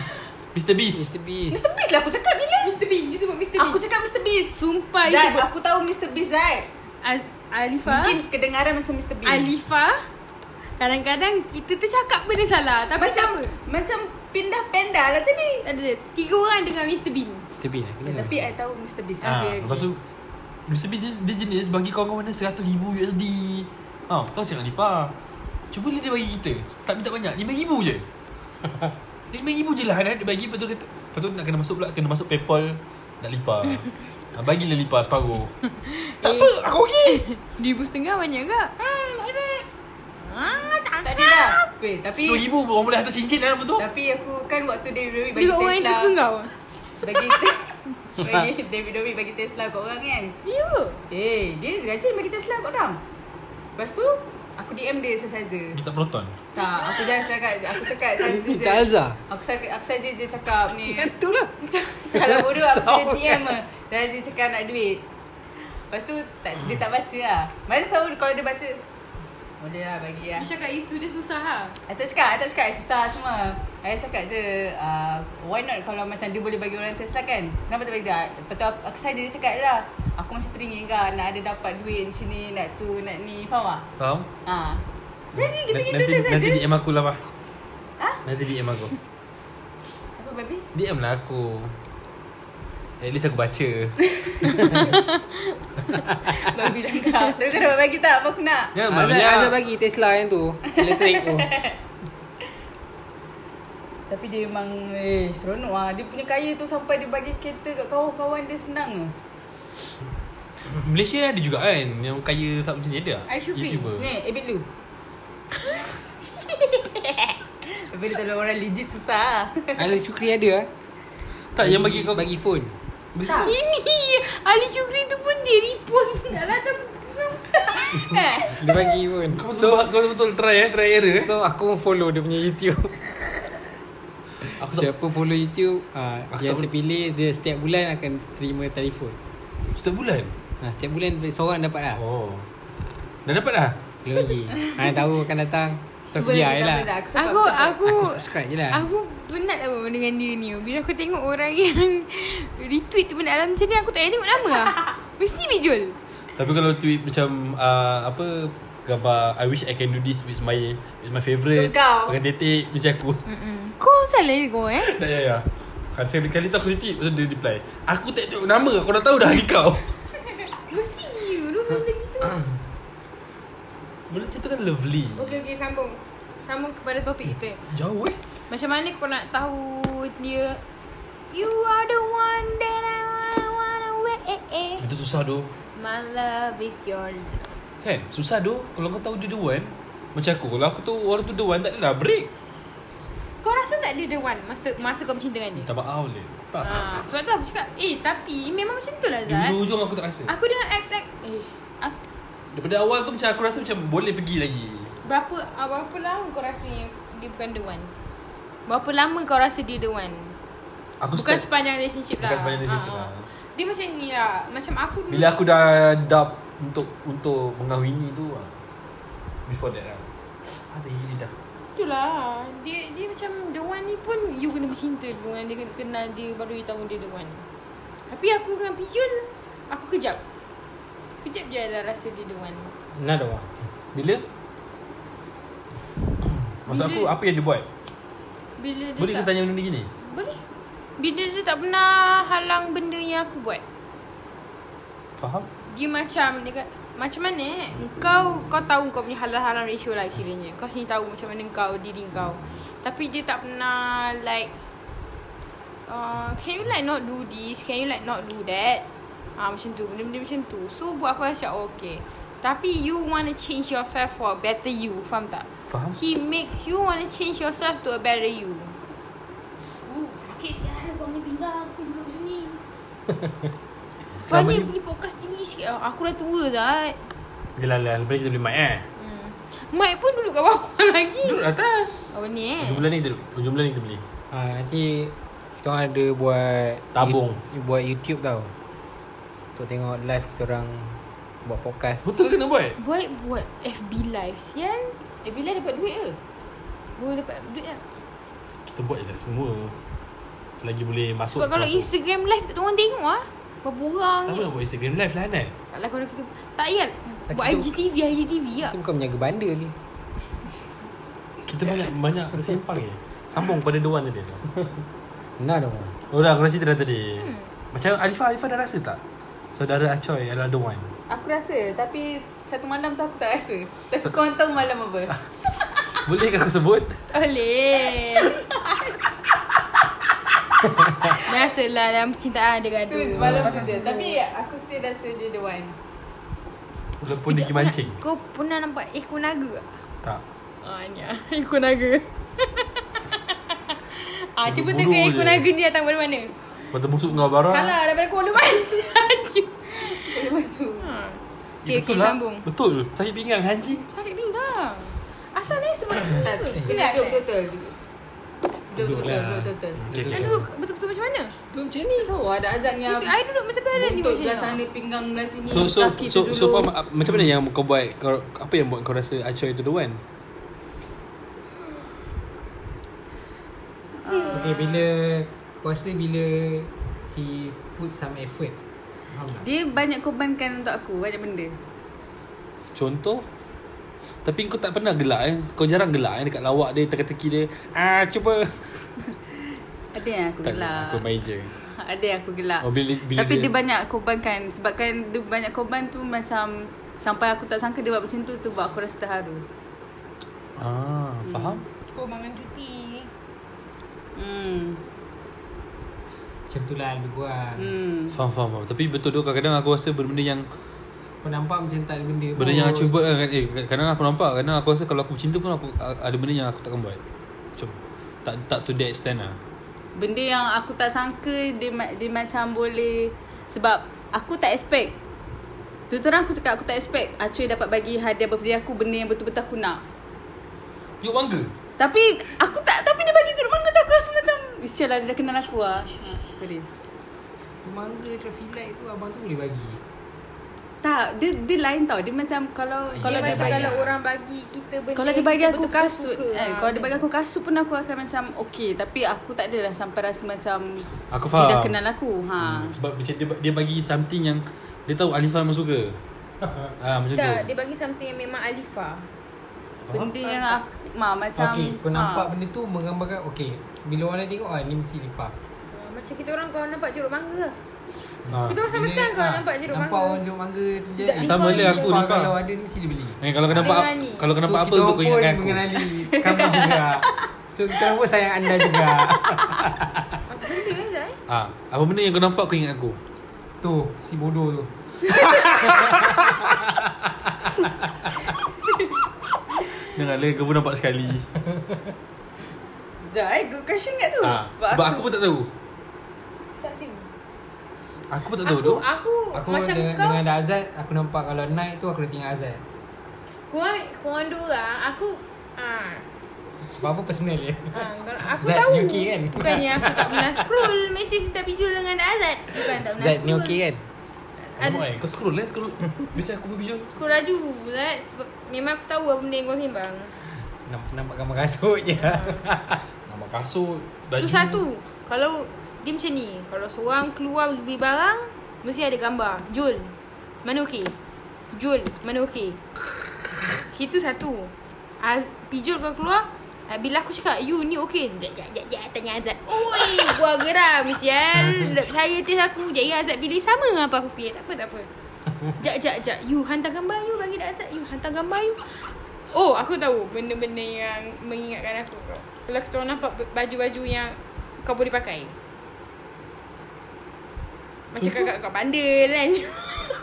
Mr. Beast Mr. Beast Mr. Beast lah aku cakap bila Mr. Bean You sebut Mr. Bean Aku cakap Mr. Beast Sumpah you Zat sebut aku tahu Mr. Beast Zat Az- Alifa Mungkin kedengaran macam Mr. Bean. Alifa Kadang-kadang kita tercakap benda salah Tapi Macam tak apa macam pindah panda lah tadi. Tak ada Tiga orang dengan Mr. Bean Mr. Bean eh, kena Tapi I tahu Mr. Bean. Ah, Okay, lepas tu Mr. Beast ni, dia jenis bagi kawan-kawan dia 100 ribu USD Haa, tahu cakap lipa Cuba dia, dia bagi kita Tak minta banyak, 5 ribu je Dia 5 ribu je lah kan Dia bagi, lepas tu, kata, lepas tu nak kena masuk pula Kena masuk Paypal Nak lipa ha, Bagilah lipa separuh Tak Eh. apa, aku okey Ribu setengah banyak ke? Ah, tak ada Tak ada lah Weh, tapi 10 ribu orang boleh hantar cincin lah betul Tapi aku kan waktu David Dobrik Dia kat orang bagi Tesla itu suka kau Bagi Bagi David Dobrik bagi Tesla kat orang kan Ya Eh dia rajin bagi Tesla kat orang Lepas tu Aku DM dia saja Minta proton Tak aku jangan setakat Aku setakat Minta Alza Aku saja aku saja je cakap ni Ya tu lah Kalau bodoh aku Tahu kena DM lah Dah dia cakap nak duit Lepas tu tak, dia tak baca lah Mana tahu kalau dia baca Boleh lah bagi lah Dia cakap you student susah lah I tak cakap, I tak cakap I susah semua I cakap je uh, Why not kalau macam dia boleh bagi orang Tesla kan Kenapa tak bagi dia Lepas tu aku, aku saja dia cakap je lah Aku macam teringin kan Nak ada dapat duit macam ni Nak tu, nak ni Faham tak? Faham? Ha. Jadi gitu-gitu nanti, saya saja nanti DM aku lah bah. Ha? Nanti DM aku Apa babi? DM lah aku At least aku baca babi lengkap Terus kau nak bagi tak apa aku nak Azad, Ya, maknanya- Azad bagi Tesla yang tu Elektrik tu Tapi dia memang eh, seronok lah Dia punya kaya tu sampai dia bagi kereta kat kawan-kawan dia senang ah. tu Malaysia ada juga kan Yang kaya tak macam ni ada tak? Ali Shukri. YouTuber Ni, eh, Abel Lu Abel Lu tolong orang legit susah Ala Cukri ada ah. Tak yang bagi kau Bagi phone Tak Ini Ali Syukri tu pun dia repost Dah lah tak Eh Dia bagi phone Kau So betul, so, kau betul try eh, try error eh. So aku pun follow dia punya YouTube Aku tak Siapa follow YouTube ah, Aku Yang tak- terpilih Dia setiap bulan akan terima telefon setiap bulan. ha, Setiap bulan seorang dapat lah Oh. Dah dapat dah. Belum lagi ha, Tahu akan datang So aku Boleh biar je tak lah boleh tak? Aku sebab Aku aku Aku subscribe je lah Aku penat apa dengan dia ni Bila aku tengok orang yang Retweet benda alam macam ni Aku tak payah tengok lama lah Mesti bijul Tapi kalau tweet macam uh, apa gambar I wish I can do this with my with my favourite Tu kau. pakai tetek mesti aku. Mm-mm. Kau salah je kau eh Tak ya ya. Kan sekali tu aku tweet pasal dia reply. Aku tak tengok nama, aku dah tahu dah ni kau. Mesti dia tu benda gitu Benda macam tu kan lovely. Oh. Okey okey sambung Sambung kepada topik kita Jauh eh. Macam mana kau nak tahu dia You are the one that I wanna wait Itu susah doh. My love is your love Kan? Susah doh kalau kau tahu dia the one. Macam aku kalau aku tahu orang tu the one tak adalah break. Kau rasa tak dia the one masa masa kau bercinta dengan dia? Minta maaf le. Tak. Ha, sebab tu aku cakap Eh tapi memang macam tu lah Zat Hujung-hujung aku tak rasa. Aku dengan ex ex Eh aku, Daripada awal tu macam aku rasa macam boleh pergi lagi. Berapa ah, Berapa lama kau rasa yang Dia bukan the one Berapa lama kau rasa dia the one Aku Bukan start- sepanjang relationship Bukan lah sepanjang relationship Ah, ah. lah. Dia macam ni lah Macam aku dulu Bila aku dah dap untuk untuk mengahwini tu ah, before that lah. Ada gini dah. Itulah Dia dia macam The one ni pun You kena bercinta dulu Dengan dia kena kenal dia Baru you tahu dia the one Tapi aku dengan Pijul Aku kejap Kejap je lah rasa dia the one Another one Bila? Maksud aku Bila- apa yang dia buat? Bila dia Boleh tak ke tanya benda gini? Boleh Bila dia tak pernah Halang benda yang aku buat Faham? Dia macam Dia kata macam mana eh Kau Kau tahu kau punya halal haram ratio lah Kiranya Kau sendiri tahu macam mana kau Diri kau Tapi dia tak pernah Like uh, Can you like not do this Can you like not do that Ah uh, Macam tu Benda-benda macam tu So buat aku rasa oh, okay Tapi you want to change yourself For a better you Faham tak Faham? He makes you want to change yourself To a better you Uh, sakit sial Kau punya pinggang Aku duduk macam ni Kau Selama ni ni beli podcast tinggi sikit lah. Aku dah tua Zat Yelah lah, lepas ni kita beli mic eh. hmm. Mic pun duduk kat bawah lagi Duduk atas. Oh ni eh Hujung bulan ni kita hujung bulan ni kita beli. ha, Nanti Kita orang ada buat Tabung. you, Buat YouTube tau Untuk tengok live kita orang Buat podcast Betul kena buat. Buat buat FB live Sial Eh bila dapat duit ke? Boleh dapat duit tak Kita buat je lah semua. Selagi boleh masuk. Sebab kita kalau masuk. Instagram live Tak ada orang tengok lah Berapa orang Siapa je nak buat Instagram live lah Anat Taklah kalau kita Tak payah Buat kita- IGTV IGTV lah Itu bukan menjaga bandar ni Kita banyak banyak Sempang je Sambung pada the one tadi Nah dong Oh dah aku rasa dah tadi hmm. Macam Alifah Alifah dah rasa tak Saudara Acoy adalah the one Aku rasa tapi satu malam tu aku tak rasa. Tapi kau tahu malam apa? Boleh aku sebut? Tak boleh Biasalah dalam percintaan ada Tu gaduh semalam tu je. Tapi aku still rasa dia the one. Walaupun dia Tidak pergi mancing pernah- Kau pernah nampak ekor naga tak? Tak Ah ni ah, ekor naga Ah, cuba Bulu-bulu tengok ekor je. Ah. naga ni datang pada mana Mata busuk dengan ya barang Kalah daripada kau lepas Dia masuk. ha. Eh, Okay, okay, lah. sambung Betul Sakit pinggang anjing Sakit pinggang Asal ni sebab apa? Relax Duduk eh? betul. Duduk betul, Duduklah. duduk betul. Okay, Nak okay. duduk betul-betul macam mana? Tu macam ni Tahu ada azan Ya. yang Duduk, I duduk macam badan ni Buntut lah, macam belah ni sana, pinggang belah sini, So so kaki so, tu so, so dulu. faham, ah, macam mana yang kau buat kau, apa yang buat kau rasa Acoy tu the one? Okay bila Kau rasa bila He put some effort Faham tak? Dia banyak korbankan untuk aku Banyak benda Contoh tapi kau tak pernah gelak eh. Kau jarang gelak eh dekat lawak dia teka-teki dia. Ah cuba. Ada yang aku Tak, gelak Aku main je. Ada yang aku gelak Oh, bila- bila Tapi dia- dia, banyak korbankan Sebabkan dia banyak korban tu macam Sampai aku tak sangka dia buat macam tu Tu buat aku rasa terharu Ah, faham? Kau makan cuti Hmm Macam tu lah lebih kurang Hmm Faham, faham, faham. Tapi betul tu kadang-kadang aku rasa benda-benda yang Kau nampak macam tak ada Oh. benda benda yang aku buat kan eh kadang-kadang aku nampak kadang aku rasa kalau aku cinta pun aku ada benda yang aku takkan buat. Macam tak tak to that extent lah. Benda yang aku tak sangka dia, ma- dia macam boleh Sebab aku tak expect Terus terang aku cakap aku tak expect Acoy dapat bagi hadiah birthday aku Benda yang betul-betul aku nak Yuk mangga. Tapi aku tak Tapi dia bagi jeruk mangga tu aku rasa macam Sial lah dia dah kenal aku lah ha, Sorry Mangga traffic light tu Abang tu boleh bagi Tak, dia dia lain tau. Dia macam kalau kalau Kalau dia dia macam bagi kalau orang bagi kita benda kalau dia yang bagi kita aku betul-betul kasut, suka, eh, ah, kalau dia bagi betul. aku kasut pun aku akan macam okey, tapi aku tak adalah sampai rasa macam Aku dia dah faham. kenal aku. Ha. Hmm, sebab macam dia, dia bagi something yang dia tahu Alifah memang suka. ah macam Tak, tu. dia bagi something yang memang Alifa Benda yang aku ma, macam Okay kau nampak ha. benda tu Menggambarkan Okay Bila orang lain tengok ah, Ni mesti lipat Ah, Macam kita orang kau nampak jeruk mangga lah Ah. Kita orang sampai Bila- sekarang kau ah, nampak jeruk Nampak orang mangga jeruk mangga tu je Tak, Sama Lipa dia je. aku Lipa Alifah. Kalau ada ni mesti dia beli Eh, kalau kau nampak Dengan ni. kalau kau nampak apa kita tu kau pun ingatkan aku. mengenali Kami juga So kita orang pun sayang anda juga Apa benda eh Zai? Ah, apa benda yang kau nampak kau ingat aku. Tu si bodoh tu Janganlah kau pun nampak sekali. Zai, eh, good question kat tu. ah, sebab aku pun tak tahu. Tak ada Aku pun tak tahu Aku, tu. aku, Aku Oh, macam dengan, kau dengan ada Azad Aku nampak kalau naik tu aku dah tinggal Azad Korang, korang dua orang, aku ah, Apa-apa personal dia ah, kalau aku Zat, tahu you okay kan? Bukannya aku tak pernah scroll Mesej tak pijul dengan Azad Bukan tak pernah Azad scroll ni okey kan Ada Alamak, eh, kau scroll lah, scroll. Biasa aku berbijul. Scroll laju Zat Sebab memang aku tahu apa benda yang kau sembang Nampak, nampak gambar kasut je Nama kasut, baju. Itu satu Kalau dia macam ni Kalau seorang keluar pergi beli barang Mesti ada gambar Jul Mana okey Jul Mana okey Itu satu Az, Pijul kau keluar ah, Bila aku cakap You ni okey Jat jat jat jat Tanya Azad Oi Gua geram Sial Saya test aku Jaya Azad pilih sama dengan apa aku pilih Tak apa tak apa Jat jat jat You hantar gambar you Bagi dah Azad You hantar gambar you Oh aku tahu Benda-benda yang Mengingatkan aku kau Kalau kita orang nampak Baju-baju yang Kau boleh pakai Macam kakak kau bandel kan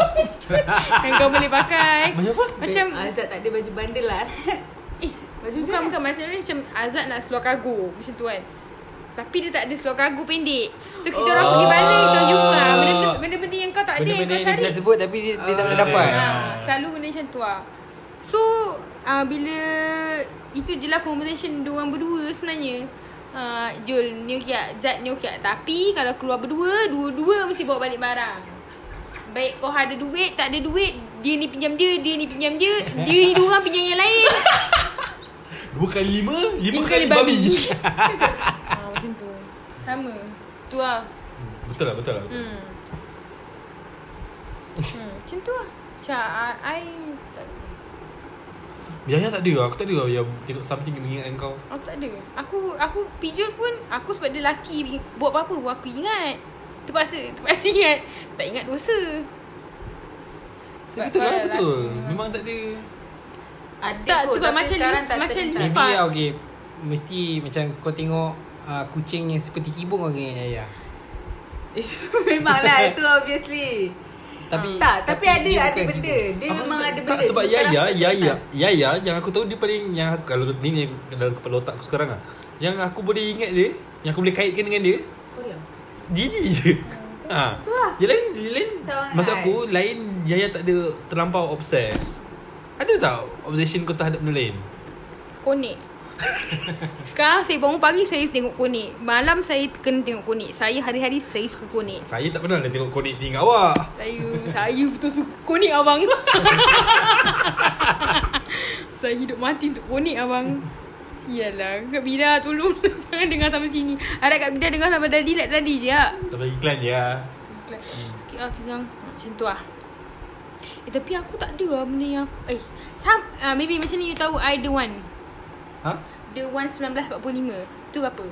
Yang kau boleh pakai Macam apa? Macam Azat Ah, tak ada baju bandel lah. Eh Baju Bukan bukan Macam ni macam Azad nak seluar kargo Macam tu kan Tapi dia tak ada seluar kargo pendek So kita orang Oh. pergi mana Kita orang jumpa ah. Benda- Benda-benda yang kau tak ada Yang Benda-benda kau yang dia cari nak sebut Tapi dia, dia tak boleh Ah, dapat yeah. Ha, selalu benda macam tu lah. So, uh, bila itu je lah conversation diorang berdua sebenarnya. Uh, Jul ni okey tak? Zat ni okey tak? Tapi kalau keluar berdua, dua-dua mesti bawa balik barang. Baik kau ada duit, tak ada duit, dia ni pinjam dia, dia ni pinjam dia, dia ni dua orang pinjam yang lain. Dua kali lima, lima, Lima kali babi. ha, macam tu. Sama. Tu lah. Hmm, Betul lah, betul lah. Betul. Hmm. hmm, Macam tu lah Macam uh, I tak, Yaya tak ada lah. Aku tak ada lah yang tengok something yang mengingatkan kau. Aku tak ada Aku aku pijol pun Aku sebab dia lelaki bi- Buat apa-apa pun aku ingat Terpaksa Terpaksa ingat Tak ingat dosa kau betul lah, dah betul. lelaki. Memang tak ada. Adik Tak, kot, sebab tapi macam sekarang lu- tak macam terlibat. lu- Maybe Nampak. lah okay Mesti macam kau tengok uh, Kucing yang seperti kibung kau ingat Yaya Memang lah Itu obviously Tapi Ah, Tak Tapi dia ada Ada bukan benda kibung. Dia Aku memang tak- ada benda Tak sebab Cuma sekarang Yaya aku tak Yaya cakap. Yaya Yang aku tahu dia paling Yang aku- kalau ni ni Dalam kepala otak aku sekarang lah Yang aku boleh ingat dia Yang aku boleh kaitkan dengan dia Korea Ah, Gini je Ha. Yang lain, yang lain Seorang Maksud lah. kan. aku Lain Yaya tak ada Terlampau obses Ada tak Obsession kau terhadap benda lain Konek Sekarang saya bangun pagi Saya tengok konek Malam saya kena tengok konek Saya hari-hari saya suka konek Saya tak pernah dah tengok konik tinggal awak Saya Saya betul suka konek abang Saya hidup mati untuk konek abang Sial lah Kak Bida tolong Jangan dengar sampai sini Harap Kak Bida dengar sampai tadi Lihat tadi je Kak Tak payah iklan je lah Sikit lah pinggang Macam tu lah Eh tapi aku tak ada lah benda yang aku Eh sam, uh, Maybe macam ni you tahu I the one Ha? The one 1945 Tu apa?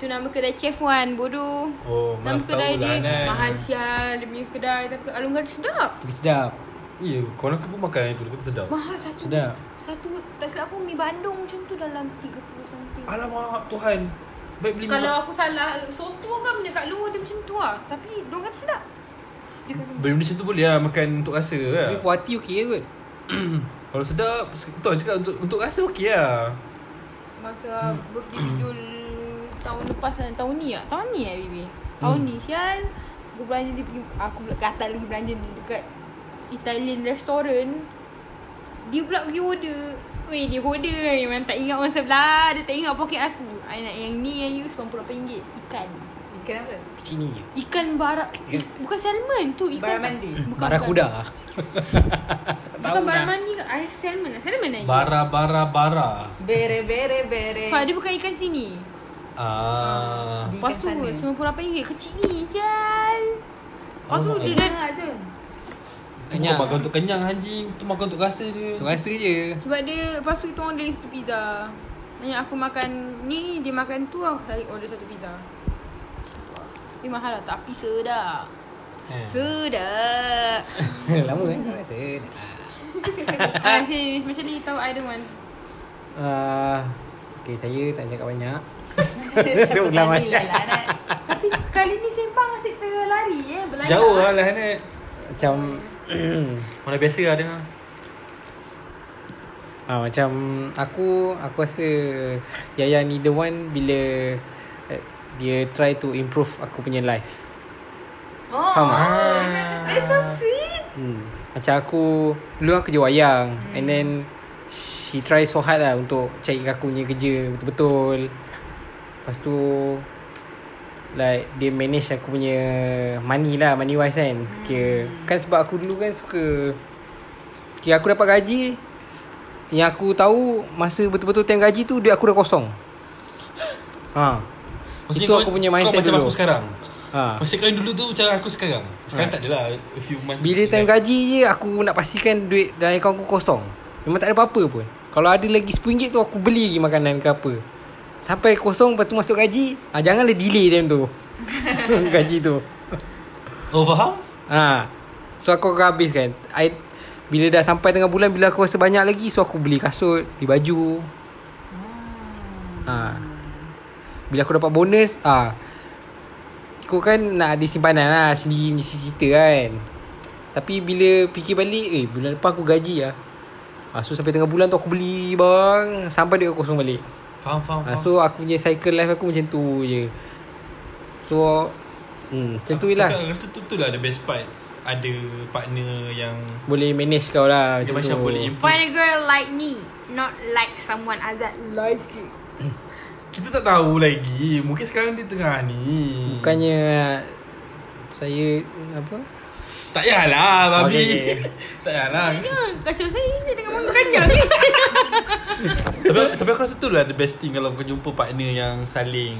Tu nama kedai Chef One Bodoh Oh, Nama mana aku kedai tahu dia lah, kan. Mahal sial Dia punya kedai Tapi alung garis sedap Tapi sedap Ya Korang aku pun makan itu Aku sedap Mahal satu Sedap. Satu Tak silap aku Mi Bandung macam tu Dalam 30 something Ah, Alamak Tuhan Baik beli Kalau aku salah Soto kan benda kat luar Dia macam tu lah Tapi Dia kata sedap Dia kata Benda macam tu boleh lah Makan untuk rasa lah Tapi puas hati okey je kot Kalau sedap Tuan cakap untuk, untuk rasa okey lah Masa birthday Jul Tahun lepas kan Tahun ni lah Tahun ni lah baby Tahun ni Sial Aku belanja dia pergi Aku pula kata lagi belanja dia dekat Italian restaurant Dia pula pergi order Weh dia order Memang tak ingat orang sebelah Dia tak ingat poket aku I nak yang ni yang you RM98 Ikan Kenapa? Kecil ni je Ikan barak eh, Bukan salmon tu ikan Barang mandi. Bukan Barakuda bukan. lah Bukan barang mandi ke Air salmon lah Salmon lah Bara bara bara Bere bere bere Pak, Ha, Dia bukan ikan sini Ah, Di Lepas tu ikan sana. RM98 Kecil ni Sial Lepas tu dia dah Ah, Jun. Itu Kenyang. bukan makan untuk kenyang anjing Itu makan untuk rasa je Tu rasa je Sebab dia Lepas tu kita order satu pizza Yang aku makan ni Dia makan tu Aku lagi order satu pizza Tapi mahal lah Tapi sedap Eh. Ha. Sedap Lama kan tak rasa ah, hey, Macam ni tahu I don't want uh, Okay saya tak nak cakap banyak Takut ulang lari macam. lah, Nat. Tapi sekali ni sembang asyik terlari eh Berlayar Jauh lah lah Hanat Macam Mana biasa lah dengar ah, Macam aku Aku rasa Yaya ni the one Bila eh, Dia try to improve Aku punya life Oh, Faham tak? that's so sweet. Hmm. Macam aku Dulu aku kerja wayang hmm. And then She try so hard lah Untuk cari aku punya kerja Betul-betul Lepas tu Like Dia manage aku punya Money lah Money wise kan hmm. Kira Kan sebab aku dulu kan suka Kira aku dapat gaji Yang aku tahu Masa betul-betul time gaji tu Duit aku dah kosong Ha Itu kau- aku punya Kau mindset macam dulu. aku sekarang Ha Maksud kau yang dulu tu macam aku sekarang Sekarang tak adalah A few months Bila time back. gaji je Aku nak pastikan duit dalam akaun aku kosong Memang tak ada apa-apa pun Kalau ada lagi RM10 tu aku beli lagi makanan ke apa Sampai kosong lepas tu masuk gaji ha, Janganlah delay time tu Gaji tu Oh faham? ha. So aku akan habiskan I, Bila dah sampai tengah bulan Bila aku rasa banyak lagi So aku beli kasut Beli baju ha. Bila aku dapat bonus ah, Kau kan nak ada simpanan lah Sendiri punya cerita kan Tapi bila fikir balik Eh bulan depan aku gaji lah ha, So sampai tengah bulan tu aku beli bang Sampai duit aku kosong balik Faham faham, ha, faham. So aku punya cycle life aku macam tu je So hmm, Macam tu je lah Aku rasa tu, tu lah the best part Ada partner yang Boleh manage kau lah Dia macam macam tu. boleh improve Find a girl like me Not like someone Azad Like Kita tak tahu lagi Mungkin sekarang dia tengah ni Bukannya Saya Apa Tak payahlah babi Oh, Okay, okay. okay. tak payahlah Kacau saya Saya tengah makan kacang ni tapi, tapi aku rasa tu lah the best thing Kalau kau jumpa partner yang saling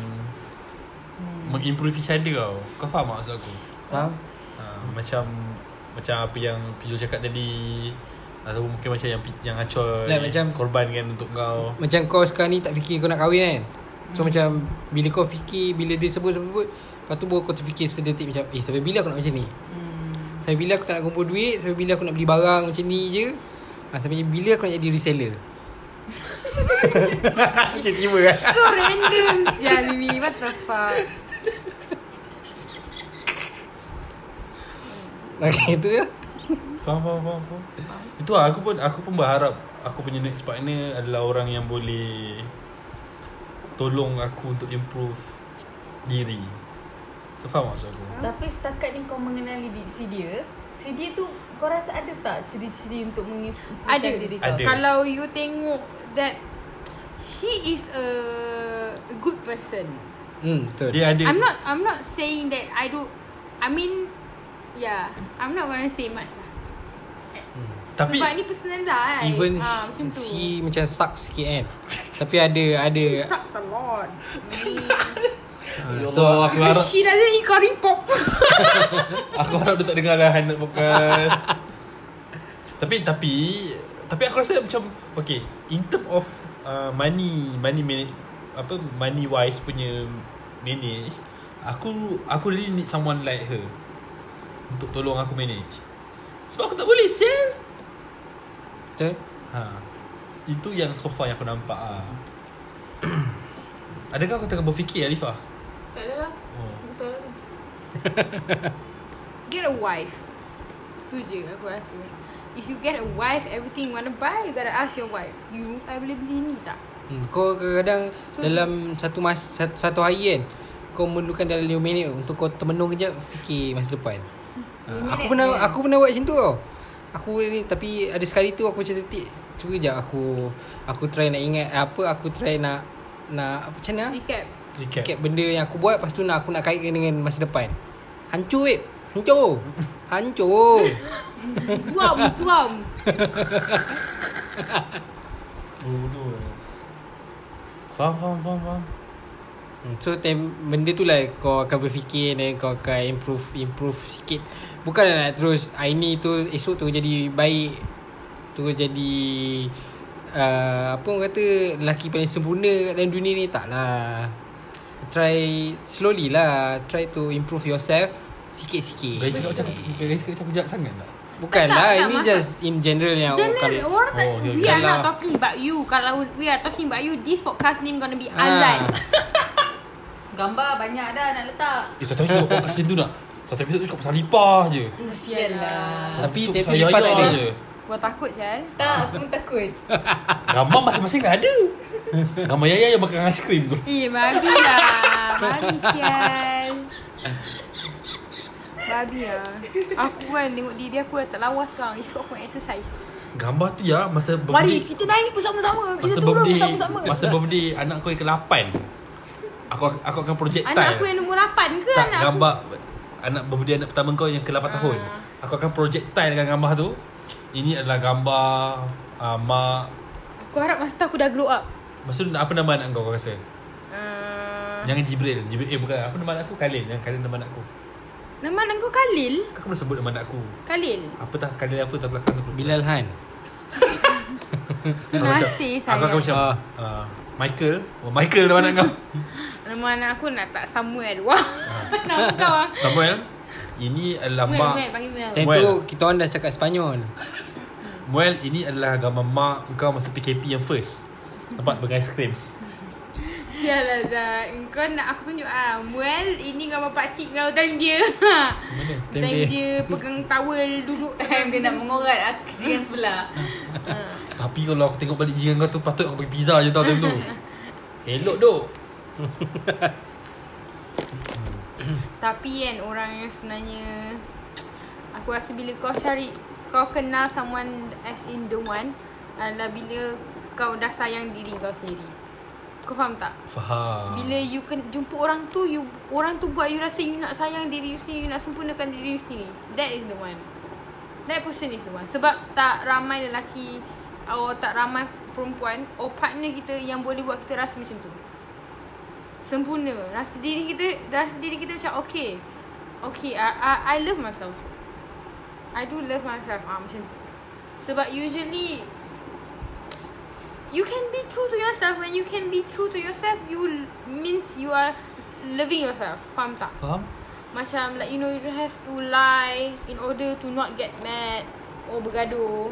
Mengimprove each other tau Kau faham tak maksud aku? Faham Ha. Macam Macam apa yang Pijul cakap tadi Atau mungkin macam yang Pi- Yang Acoy Like macam- Korbankan untuk kau Macam kau sekarang ni tak fikir kau nak kahwin kan So Hmm. macam Bila kau fikir Bila dia sebut-sebut Lepas tu baru kau terfikir sedetik macam Eh sampai bila aku nak macam ni Hmm. Sampai bila aku tak nak kumpul duit Sampai bila aku nak beli barang macam ni je ha, Sampai bila aku nak jadi reseller Tiba-tiba kan So random sial Louis What the fuck Okay tu ke Faham, faham, faham, faham. Itu lah, aku pun aku pun berharap aku punya next partner adalah orang yang boleh tolong aku untuk improve diri. Kau faham maksud aku? Tapi setakat ni kau mengenali di- si dia Si dia tu kau rasa ada tak ciri-ciri untuk mengimprovekan Ada. diri kau? Ada. Kalau you tengok That She is a Good person Hmm betul Dia ada I'm not I'm not saying that I do I mean Yeah I'm not gonna say much lah Tapi- Sebab ni personal lah kan Even Ah, ha, macam tu. she macam sucks sikit kan Tapi ada ada She sucks a lot Ah, So aku harap She doesn't eat curry pop aku harap dia tak dengar dah Hanat podcast. tapi tapi tapi aku rasa macam okay in term of uh, money money manage, apa money wise punya manage aku aku really need someone like her untuk tolong aku manage sebab aku tak boleh sel Betul ha itu yang so far yang aku nampak ah adakah kau tengah berfikir Alifah Tak ada lah oh Betul lah Get a wife Tu je aku rasa If you get a wife Everything you wanna buy You gotta ask your wife You I boleh beli ni tak Hmm, kau kadang-kadang so, So- dalam satu mas satu, satu hari kan kau memerlukan dalam 5 minit untuk kau termenung kejap fikir masa depan. Ha, aku pernah aku pernah buat macam tu tau. Aku ni tapi ada sekali tu aku macam tertik cuba jap aku aku try nak ingat apa aku try nak nak apa macam mana? Recap recap Fikir benda yang aku buat lepas tu nak aku nak kaitkan dengan masa depan. Hancur weh. Hancur. Hancur. Suam suam bodoh faham faham faham faham Hmm, So tem- benda tu lah kau akan berfikir dan kau akan improve improve sikit. Bukan lah nak terus hari ni tu esok tu jadi baik tu jadi uh, apa orang kata lelaki paling sempurna kat dalam dunia ni tak lah. Try slowly lah. Try to improve yourself Gaya sikit-sikit. cakap macam Gaya cakap macam aku jahat sangat tak? Bukan Eh, Tak, lah. tak, Ini maksud- just in general yang General kalau- Orang tak Ya, Oh, okay, We okay. are not Kalau- talking about you Kalau we are talking about you This podcast name gonna be Ah. Azan Gambar banyak dah nak letak Eh satu episod kau macam tu nak Satu episod tu cakap pasal lipah je Ah. Kesian lah Tapi Satu episod tapi pasal lipat tak yaya ada. je. Gua takut Syal Tak aku pun takut Gambar masing-masing dah ada Gambar Yaya yang makan aiskrim tu Eh babi lah Babi Syal Babi lah Aku kan tengok diri aku dah tak lawa sekarang Esok aku nak exercise Gambar tu ya Masa Mari birthday kita naik bersama-sama Kita Masa turun birthday bersama-sama Masa birthday Anak kau yang ke-8 Aku aku akan projectile Anak aku yang nombor 8 ke Tak anak gambar Anak birthday anak pertama kau Yang ke-8 tahun Aku akan projectile dengan gambar tu Ini adalah gambar uh, Mak aku? Aku harap masa tu aku dah glow up Masa tu apa nama anak kau kau rasa? Ah. uh, Jangan Jibril Jibril Eh bukan Apa nama anak aku? Kalin Jangan Kalin nama anak aku Nama anak kau Khalil? Kau pernah sebut nama anak aku Khalil? Apa tak Kalin apa tak belakang aku Bilal Han. Aku macam- Nasir saya Aku akan macam uh, Michael oh, Michael nama anak kau Nama anak aku nak tak Samuel Wah Nama kau ah Samuel Ini adalah Muel, mak Muel, panggil Muel Time tu Well. kita orang dah cakap Sepanyol. Muel ini adalah gambar mak Kau masa PKP yang first Tempat beraiskrim Sial lah Zat Kau nak aku tunjuk ah Muel ini gambar pakcik kau Time dia Mana? Time, Time dia. dia pegang towel Duduk Time dia nak mengorat aku Jangan sebelah Tapi kalau aku tengok balik jiran kau tu Patut aku pergi pizza je tau time tu Elok duk Tapi kan orang yang sebenarnya Aku rasa bila kau cari Kau kenal someone as in the one Adalah bila kau dah sayang diri kau sendiri Kau faham tak? Faham Bila you ken, jumpa orang tu you Orang tu buat you rasa you nak sayang diri you sendiri You nak sempurnakan diri you sendiri That is the one That person is the one Sebab tak ramai lelaki Or tak ramai perempuan Or partner kita yang boleh buat kita rasa macam tu Sempurna Rasa diri kita Rasa diri kita macam okay Okay I, I, I love myself I do love myself ah, Macam tu Sebab usually You can be true to yourself When you can be true to yourself You l- means you are Loving yourself Faham tak? Faham? Macam like you know You don't have to lie In order to not get mad Or bergaduh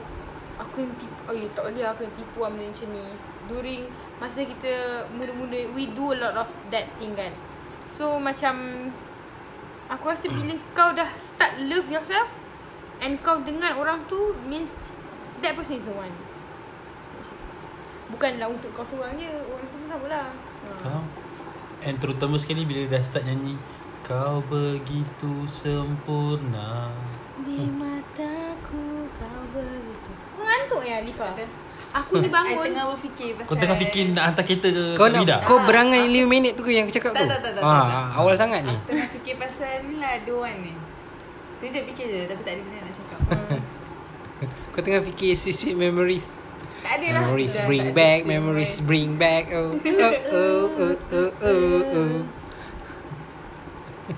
Aku yang tipu Oh you tak boleh Aku yang tipu lah benda macam ni During Masa kita Muda-muda We do a lot of that thing kan So macam Aku rasa bila kau dah start love yourself And kau dengan orang tu Means That person is the one Bukanlah untuk kau seorang je Orang tu pun sama lah ha. Faham? And terutama sekali bila dah start nyanyi Kau begitu sempurna Di Hmm. mataku kau begitu Kau ngantuk ya Alifa? Aku ni I bangun tengah berfikir pasal Kau tengah fikir nak hantar kereta ke Kau nak Ida? Kau berangan 5 minit tu ke Yang aku cakap Tak, tu tak, tak, tak, Ah, tak, tak. ah, Awal sangat ni Tengah fikir pasal ni lah Ada one ni Tu je fikir je Tapi tak ada benda nak cakap Kau tengah fikir Sweet sweet memories Tak ada lah Memories Dah, bring tak ada back semua. Memories bring back Oh oh oh oh oh oh, oh.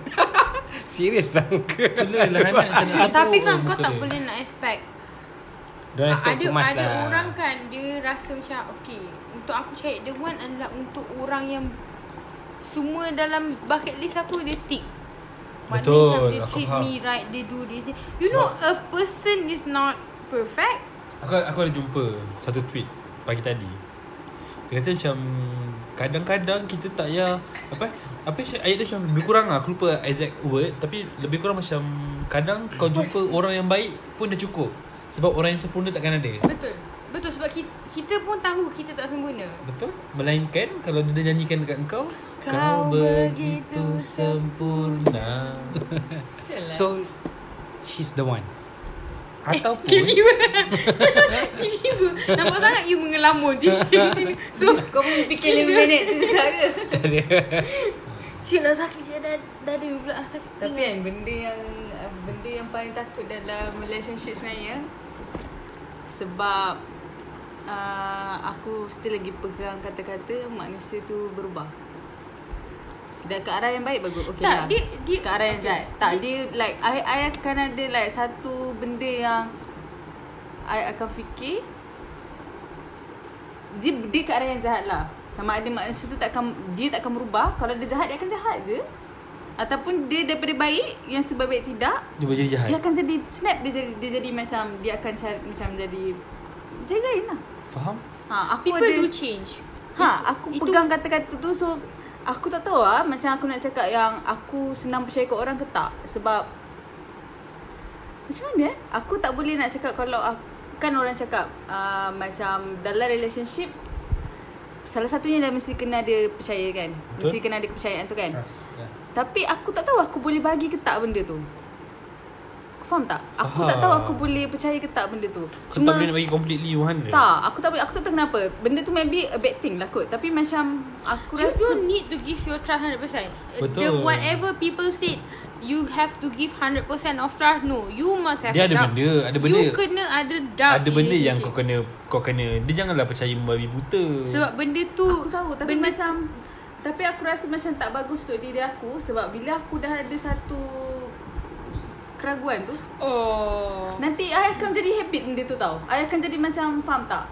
Serius tak muka Betul lah Hana tak nak Eh, sapu Tapi ke kan kau muka tak dia? boleh nak expect Don't expect ada, too much ada lah orang kan Dia rasa macam Okay Untuk aku cari the one Adalah untuk orang yang Semua dalam bucket list aku Dia tick Maknanya Betul, macam They aku treat faham. me right They do this You know A person is not perfect Aku aku ada jumpa satu tweet pagi tadi. Dia kata macam kadang-kadang kita tak payah apa apa sya- ayat dia macam lebih kurang lah, aku lupa exact word tapi lebih kurang macam kadang kau jumpa orang yang baik pun dah cukup sebab orang yang sempurna takkan ada. Betul Betul sebab kita, kita pun tahu Kita tak sempurna Betul? Melainkan kalau dia dah nyanyikan dekat kau Kau begitu sempurna So She's the one Ataupun Tiba-tiba Tiba-tiba Nampak sangat you mengelamun Tiba-tiba. So Kau pun fikir lima minit tu juga ke Siap lah sakit Siap dah Dada pula Ah, sakit Tapi kan benda yang uh, Benda yang paling takut dalam relationship sebenarnya Sebab uh, Aku still lagi pegang kata-kata Manusia tu berubah dan ke arah yang baik bagus okay Tak, lah. dia- dia- Ke arah yang okay. jahat Tak dia, like I, I akan ada like Satu benda yang I akan fikir dia, dia ke arah yang jahat lah Sama ada manusia tu takkan Dia takkan berubah Kalau dia jahat Dia akan jahat je Ataupun dia daripada baik Yang sebaik-baik tidak dia boleh jadi jahat. Dia akan jadi Snap dia jadi, dia jadi macam Dia akan cari, macam jadi Jadi lain lah Faham? ha, Aku People ada do change ha, Aku Itu- pegang kata-kata tu So Aku tak tahu lah Macam aku nak cakap yang Aku senang percaya ke orang ke tak Sebab Macam mana eh? Aku tak boleh nak cakap Kalau aku, Kan orang cakap uh, Macam Dalam relationship Salah satunya dah mesti kena ada percaya kan Betul. Mesti kena ada kepercayaan tu kan ya. tapi aku tak tahu aku boleh bagi ke tak benda tu. Kau faham tak? Aku tak tahu Faham. aku boleh percaya ke tak benda tu. Kau tak boleh nak bagi completely 100. tak, aku tak boleh. Aku tak tahu kenapa. Benda tu maybe a bad thing lah kot. Tapi macam aku You rasa don't need to give your trust 100% Betul. Uh, The whatever people said You have to give 100% of trust No You must have Dia ada doubt. benda, ada You benda. kena ada doubt ada in benda yang kau relationship. kena kau kena dia janganlah percaya membabi buta Sebab benda tu Aku tahu tapi benda benda macam tapi aku rasa macam tak bagus untuk diri aku sebab bila aku dah ada satu keraguan tu, Oh nanti I akan jadi habit benda tu tau. I akan jadi macam faham tak?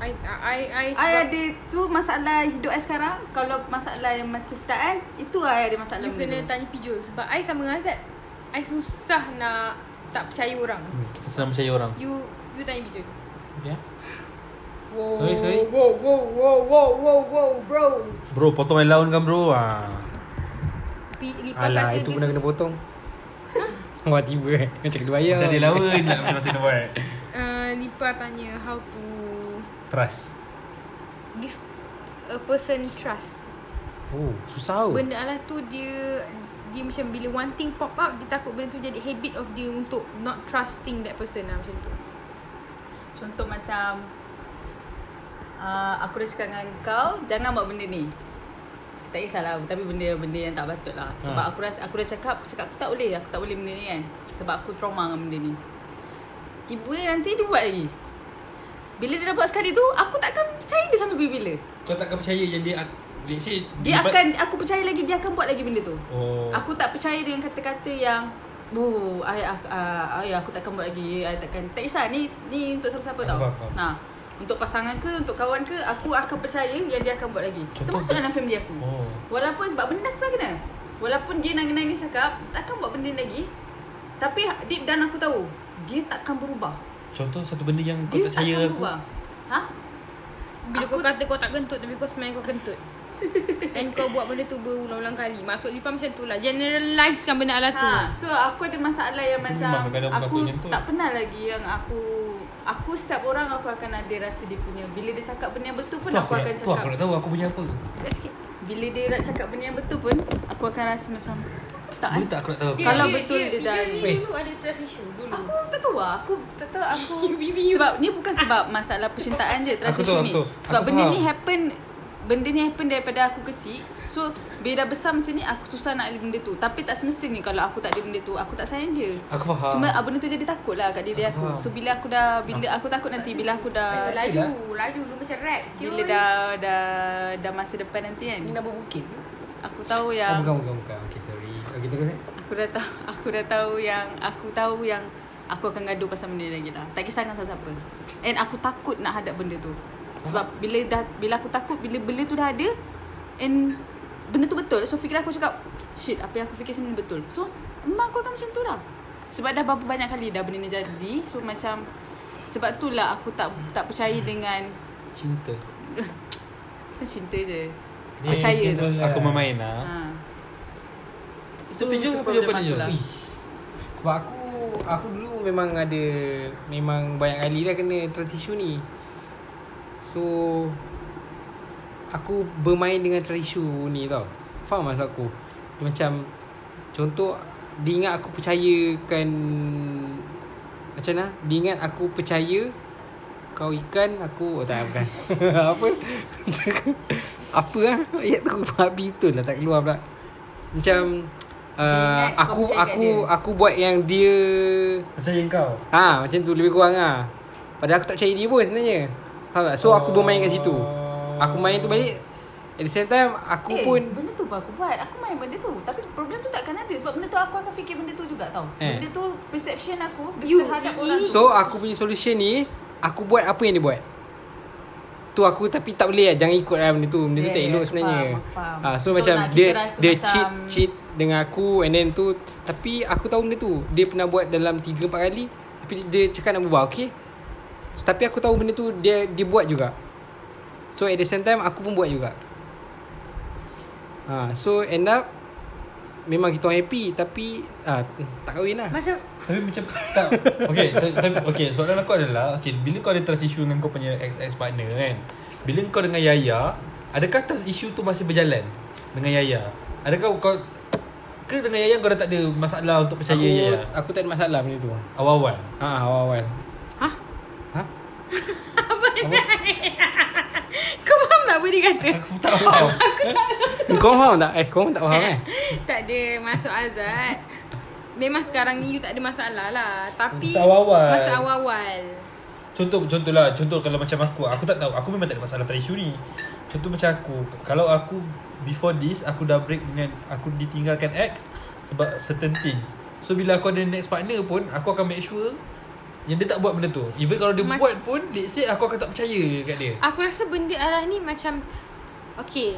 I I I, I ada tu masalah hidup I sekarang Kalau masalah yang mas- percintaan Itu I ada masalah You kena benda tu. tanya pijul Sebab I sama dengan Azad I susah nak Tak percaya orang Hmm, kita senang percaya orang You You tanya pijul ya Wow, Sorry, sorry. Wow, wow, wow, wow, wow, wow, bro. bro potong allowance kan bro ha Pi, lipat kata Alah Lah, itu dia pun dah kena sus- potong Wah tiba eh Macam kena bayar jadi lawan nak masa nak buat Uh, Lipa tanya how to trust give a person trust. Oh susah tau Benda alah tu dia dia macam bila one thing pop up dia takut benda tu jadi habit of dia untuk not trusting that person lah macam tu. Contoh macam uh, Aku dah cakap dengan kau Jangan buat benda ni Tak kisahlah Tapi benda-benda yang tak patut lah Sebab aku rasa Aku dah cakap Aku cakap aku tak boleh Aku tak boleh benda ni kan Sebab aku trauma dengan benda ni Tiba nanti dia buat lagi Bila dia dah buat sekali tu Aku takkan percaya dia sampai bila-bila kau takkan percaya yang dia ak- let's say Dia akan Aku percaya lagi Dia akan buat lagi benda tu oh Aku tak percaya dengan kata-kata yang "Oh, Bu, ai aku, uh, ai aku takkan buat lagi. Ai takkan. Tak kisah ni ni untuk siapa-siapa tau. Faham, faham. Ha. Untuk pasangan ke, untuk kawan ke, aku akan percaya yang dia akan buat lagi. Contoh Termasuk apa? dalam family aku. Oh. Walaupun sebab benda dah aku pernah kena. Walaupun dia nangis-nangis cakap, takkan buat benda lagi. Tapi deep down aku tahu, dia takkan berubah. Contoh satu benda yang kau Dia tak percaya aku. berubah. Ha? Bila kau kata kau tak kentut Tapi kau sebenarnya kau kentut And kau buat benda tu berulang-ulang kali Maksud Lipa macam tu lah Generalizekan benda ala tu Ha, so aku ada masalah yang macam memang kadang aku berlakunya tu. tak pernah lagi yang aku aku setiap orang aku akan ada rasa dia punya. Bila dia cakap benda yang betul pun Tu aku, aku, nak, akan tu aku cakap. nak tahu aku punya apa. Dah sikit Bila dia nak cakap benda yang betul pun aku akan rasa macam betul ke tak? Boleh eh? tak aku nak tahu aku. Dia- Kalau betul dia dah- Dia ni Weh. dulu ada trust issue dulu Aku tak tahu lah. Aku tak tahu aku sebab ni bukan sebab masalah percintaan je Aku trust tahu, issue ni. aku tahu. Sebab Aku benda faham. ni happen benda ni happen daripada aku kecil. So bila dah besar macam ni aku susah nak ada benda tu. Tapi tak semestinya kalau aku tak ada benda tu aku tak sayang dia. Aku faham. Cuma ah, benda tu jadi takut lah kat diri Aku aku. faham. So bila aku dah bila aku takut nanti bila aku dah Laju Laju Lu macam rap siul. bila dah dah dah masa depan nanti kan. Nama bukit ke? Aku Oh, tahu yang bukan, bukan, bukan. Okay, sorry. Okay, terus eh. aku dah tahu aku dah tahu yang aku tahu yang aku akan gaduh pasal benda lagi lah. Tak kisah dengan siapa-siapa. And aku takut nak hadap benda tu. Sebab bila dah bila aku takut bila benda tu dah ada and benda tu betul. So fikiran aku cakap shit apa yang aku fikir sebenarnya betul. So memang aku akan macam tu lah. Sebab dah berapa banyak kali dah benda ni jadi. So macam sebab tu lah aku tak tak percaya Hmm. dengan Cinta. Kan cinta je Ni Percaya tu Lah. Aku main-main lah. ha. So, Pijol apa jawapan dia? lah. Ih, Sebab aku aku dulu memang ada memang banyak kali dah kena trust issue ni. So aku bermain dengan trust issue ni tau. Faham maksud aku? Dia macam contoh dia ingat aku percayakan macam mana? Dia ingat aku percaya kau ikan aku oh, tak bukan. Apa? Apa lah Ayat tu babi betul lah tak keluar pula. Macam uh, ingat kau aku percaya kat aku dia. aku buat yang dia Percaya kau. ha macam tu lebih kurang ah. Padahal aku tak percaya dia pun sebenarnya. Faham tak? So aku bermain kat situ. Aku main tu balik at the same time aku Eh, pun benda tu pun aku buat Aku main benda tu Tapi problem tu takkan ada Sebab benda tu aku akan fikir benda tu juga tau Eh. eh. Benda tu perception aku bila You- Terhadap you- orang you- tu so aku punya solution is aku buat apa yang dia buat. Tu aku tapi tak boleh lah Jangan ikut lah benda tu Benda tu Yeah, tak yeah, elok aku sebenarnya Ya, faham, aku faham. ha, So Betul macam lah, kita Dia rasa dia macam- cheat Cheat dengan aku And then tu Tapi aku tahu benda tu Dia pernah buat dalam 3-4 kali Tapi dia- dia cakap nak berubah Okay Tapi aku tahu benda tu Dia dia buat juga So at the same time Aku pun buat juga ha, So end up Memang kita orang happy Tapi ah, Tak kahwin lah Macam Tapi macam tak Okay ta- tapi, Okay soalan aku adalah Okay bila kau ada trust issue Dengan kau punya ex-ex partner kan Bila kau dengan Yaya Adakah trust issue tu masih berjalan Dengan Yaya Adakah kau Ke dengan Yaya kau dah tak ada masalah Untuk percaya Aku, Yaya aku tak ada masalah benda tu Awal-awal Ha, awal-awal Hah? Ha? Kau faham tak apa dia kata Aku tak faham Kau faham tak? Eh, kau tak faham kan? Tak ada masuk Azad Memang sekarang ni you tak ada masalah lah Tapi Masa awal-awal. Masa awal-awal Contoh contoh lah Contoh kalau macam aku Aku tak tahu Aku memang tak ada masalah trust issue ni Contoh macam aku Kalau aku Before this Aku dah break dengan Aku ditinggalkan ex Sebab certain things So bila aku ada next partner pun Aku akan make sure Yang dia tak buat benda tu Even kalau dia Macam- Ah. macam buat pun Let's say aku akan tak percaya kat dia Aku rasa benda alah ni macam Okay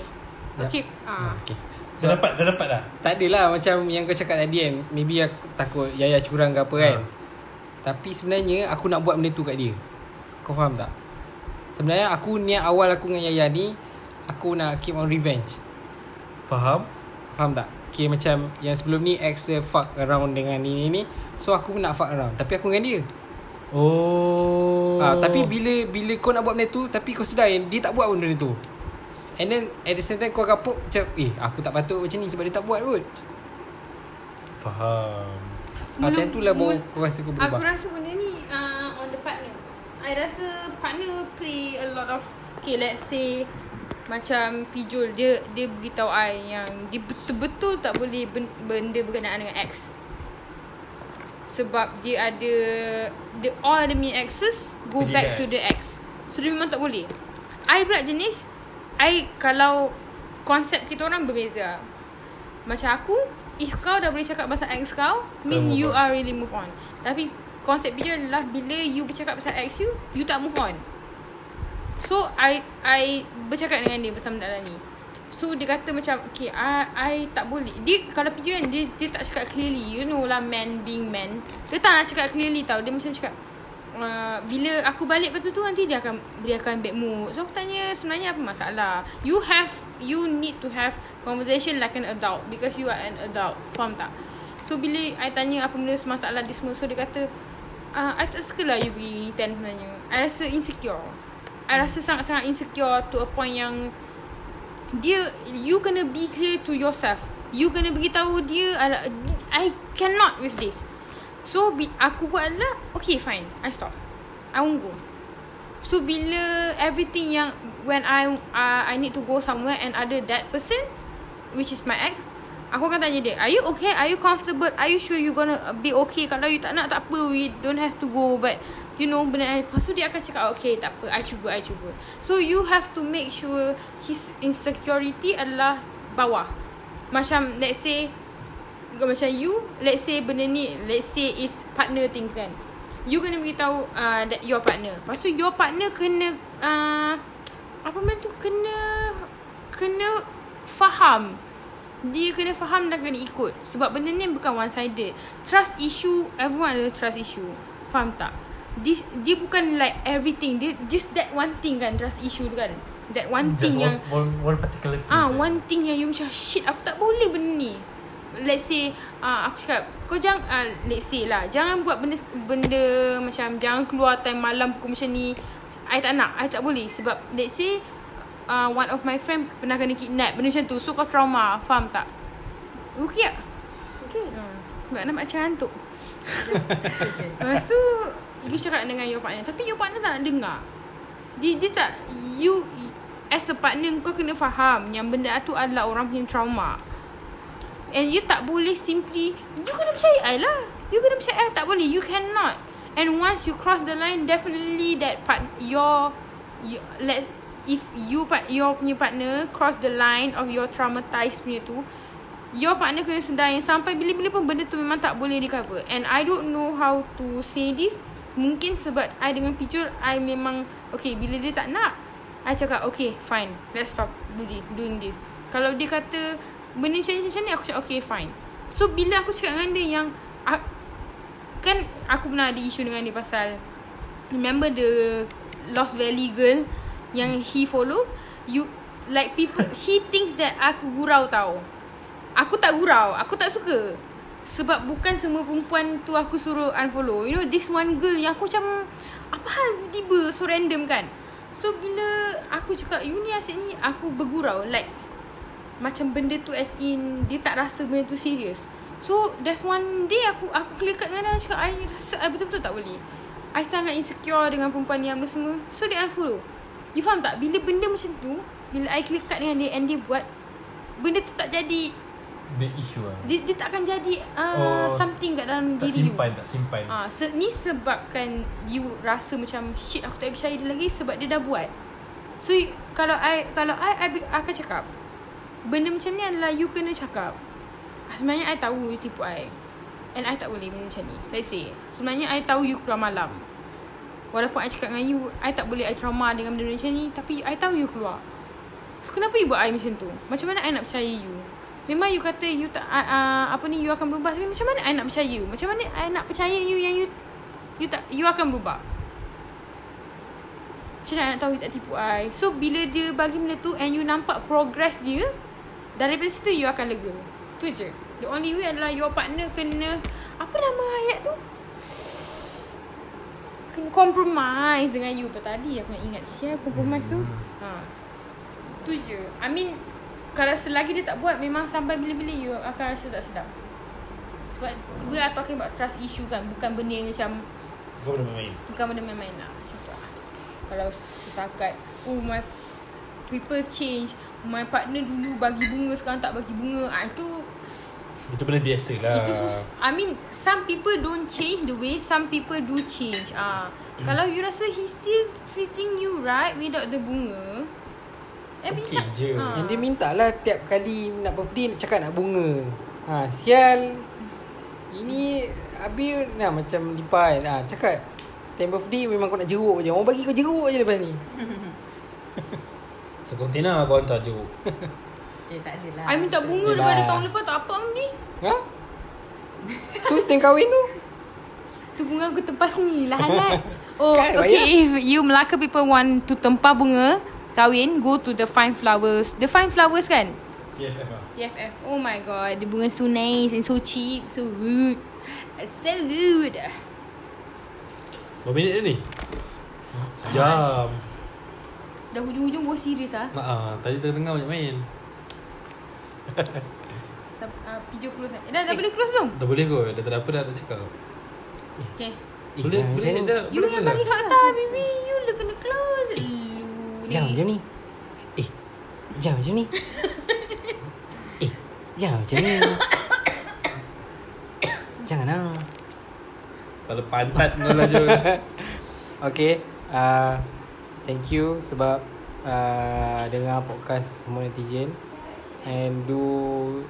Ya. Okay ah. Okay. So dah dapat Dah dapat lah? dah Tak adalah macam yang kau cakap tadi kan Maybe aku takut Yaya curang ke apa kan Ha. Tapi sebenarnya aku nak buat benda tu kat dia Kau faham tak? Sebenarnya aku niat awal aku dengan Yaya ni Aku nak keep on revenge Faham? Faham tak? Okay macam yang sebelum ni ex dia fuck around dengan ni ni ni So aku pun nak fuck around Tapi aku dengan dia Oh ha, Tapi bila bila kau nak buat benda tu Tapi kau sedar yang dia tak buat pun benda tu And then at the same time kau akan poke macam Eh aku tak patut macam ni sebab dia tak buat kot Ah, Faham Ha, Belum- time tu lah baru belum- kau rasa kau berubah Aku rasa benda ni uh, on the partner. I rasa partner play a lot of okay let's say macam pijol dia dia beritahu I yang dia betul-betul tak boleh ben- benda berkenaan dengan ex. Sebab dia ada the all the me exes go Pergi back ex. to the ex. So dia memang tak boleh. I pula jenis I kalau konsep kita orang berbeza. Macam aku If kau dah boleh cakap pasal ex kau Mean move you on. are really move on Tapi Konsep dia adalah Bila you bercakap pasal ex you You tak move on So I I bercakap dengan dia Pasal benda ni So dia kata macam Okay I, I tak boleh Dia kalau PJ kan dia, dia tak cakap clearly You know lah man being man Dia tak nak cakap clearly tau Dia macam cakap uh, Bila aku balik lepas tu tu Nanti dia akan Dia akan bad mood So aku tanya Sebenarnya apa masalah You have You need to have Conversation like an adult Because you are an adult Faham tak? So bila I tanya Apa benda masalah dia semua So dia kata uh, I tak suka lah you pergi Unitan sebenarnya I rasa insecure I rasa sangat-sangat insecure to a point yang dia you kena be clear to yourself. You kena beritahu dia "Alah, I cannot with this. So bi- aku buat adalah okay fine. I stop. I won't go. So bila everything yang when I uh, I need to go somewhere and other that person which is my ex aku akan tanya dia are you okay are you comfortable are you sure you gonna be okay kalau you tak nak tak apa we don't have to go but you know benda lepas tu dia akan cakap okay tak apa I cuba I cuba so you have to make sure his insecurity adalah bawah macam let's say macam you let's say benda ni let's say is partner thing kan you kena beritahu uh, that your partner lepas tu your partner kena uh, apa benda tu kena kena faham dia kena faham dan kena ikut sebab benda ni bukan one sided trust issue everyone ada trust issue faham tak dia, dia bukan like everything dia just that one thing kan trust issue tu kan that one Just thing yang one, one, one particular piece Ah, eh. one thing yang you macam shit aku tak boleh benda ni. Let's say uh, aku cakap kau jangan uh, let's say lah jangan buat benda benda macam jangan keluar time malam pukul macam ni. I tak nak, I tak boleh sebab let's say uh, one of my friend pernah kena kidnap benda macam tu. So kau trauma, faham tak? Okay tak? Okay. Uh, sebab nampak macam hantuk. Lepas tu You cakap dengan your partner Tapi your partner tak nak dengar Dia, dia tak You As a partner Kau kena faham Yang benda tu adalah Orang punya trauma And you tak boleh simply You kena percaya I lah You kena percaya I Tak boleh You cannot And once you cross the line Definitely that part Your, your let, If you part, Your punya partner Cross the line Of your traumatized punya tu Your partner kena sedar yang Sampai bila-bila pun Benda tu memang tak boleh recover And I don't know how to say this Mungkin sebab I dengan Pijul I memang Okay bila dia tak nak I cakap okay fine Let's stop doing, doing this Kalau dia kata Benda macam ni macam ni Aku cakap okay fine So bila aku cakap dengan dia yang "Ah, Kan aku pernah ada isu dengan dia pasal Remember the Lost Valley girl Yang he follow You Like people He thinks that aku gurau tau Aku tak gurau Aku tak suka Sebab bukan semua perempuan tu Aku suruh unfollow You know this one girl Yang aku macam Apa hal tiba So random kan So bila Aku cakap You ni asyik ni Aku bergurau Like macam benda tu as in dia tak rasa benda tu serius. So that's one day aku aku clear kat dengan dia cakap I rasa I betul-betul tak boleh. I sangat insecure dengan perempuan ni apa semua. So dia unfollow. You faham tak? Bila benda macam tu, bila I clear kat dengan dia and dia buat benda tu tak jadi Big issue lah dia, dia tak akan jadi uh, oh, Oh, something kat dalam Tak diri simpan you. Tak simpan Ah, se- ni sebabkan you rasa macam shit aku tak percaya dia lagi sebab dia dah buat. So you- kalau I kalau I, I be- akan cakap benda macam ni adalah you kena cakap. Ah, Sebenarnya I tahu you tipu I. And I tak boleh benda macam ni. Let's say sebenarnya I tahu you keluar malam. Walaupun I cakap dengan you I tak boleh I trauma dengan benda macam ni Tapi I tahu you keluar So kenapa you buat I macam tu Macam mana I nak percaya you Memang you kata you tak uh, uh, apa ni you akan berubah tapi macam mana I nak percaya you? Macam mana I nak percaya you yang you you tak you akan berubah? Macam mana I nak tahu you tak tipu I? So bila dia bagi benda tu and you nampak progress dia daripada situ you akan lega. Tu je. The only way adalah your partner kena apa nama ayat tu? Kena compromise dengan you Apa tadi aku nak ingat Siapa compromise tu ha. Tu je I mean Kalau selagi dia tak buat Memang sampai bila-bila You akan rasa tak sedap Sebab We are talking about trust issue kan Bukan benda yang macam Kau boleh main Bukan benda main-main lah Macam tu lah Kalau setakat Oh my People change My partner dulu bagi bunga Sekarang tak bagi bunga ah, Itu Itu benda biasa lah itu sus I mean Some people don't change the way Some people do change ah Hmm. mm. Kalau you rasa He still treating you right Without the bunga Eh, Okay je. Ha. Yang dia minta lah tiap kali nak birthday nak cakap nak bunga. Ha, sial. Ini habis nah macam lipa kan. Ha, cakap time birthday memang kau nak jeruk je. Orang bagi kau jeruk je lepas ni. Sekontainer aku hantar jeruk Eh tak adalah I minta bunga Yelah. daripada tahun lepas tak apa ni. Ha? tu teng kahwin tu. Tu bunga aku tempas ni lah Hanat. Oh, Kan, okay. If you Melaka people want to tempah bunga, kahwin, go to the fine flowers. The fine flowers kan? TFF lah DFF. Oh my god, the bunga so nice and so cheap, so good. So good. Berapa minit dah ni? Sejam Dah hujung-hujung bawa serius ah. Haa Tadi tengah-tengah banyak main Sab- ah, Pijo close. Eh, dah, dah boleh close belum? Dah boleh kot Dah tak ada apa dah nak cakap Okay. Eh, Boleh jangan boleh macam ni. dah You boleh yang dah. bagi fakta, baby. You lah kena close. You Jangan ni. macam ni. Eh, jangan macam ni. eh, jangan macam ni. jangan lah. Kepala pantat kau lah Jul Okay uh, Thank you Sebab uh, Dengar podcast Semua netizen And do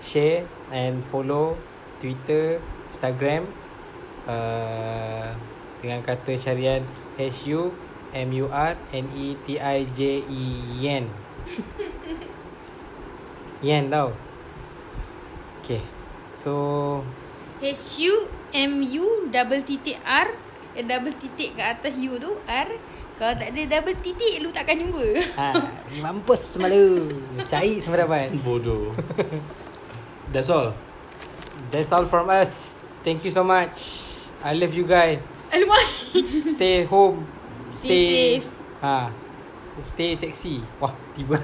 Share And follow Twitter Instagram uh, Dengan kata syarian H-U E M-U-R-N-E-T-I-J-E-N Yen tau Okay So H U M U double titik R eh, double titik ke atas U tu R kalau tak ada double titik lu takkan jumpa. ha, Mampus semalu Cari sampai dapat Bodoh That's all That's all from us. Thank you so much. I love you guys. Alamak. Stay home. Stay safe. Ha. Stay sexy. Wah, tiba.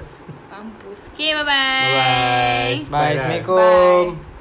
Mampus. Okay, bye-bye. Bye. Bye. Assalamualaikum. Bye.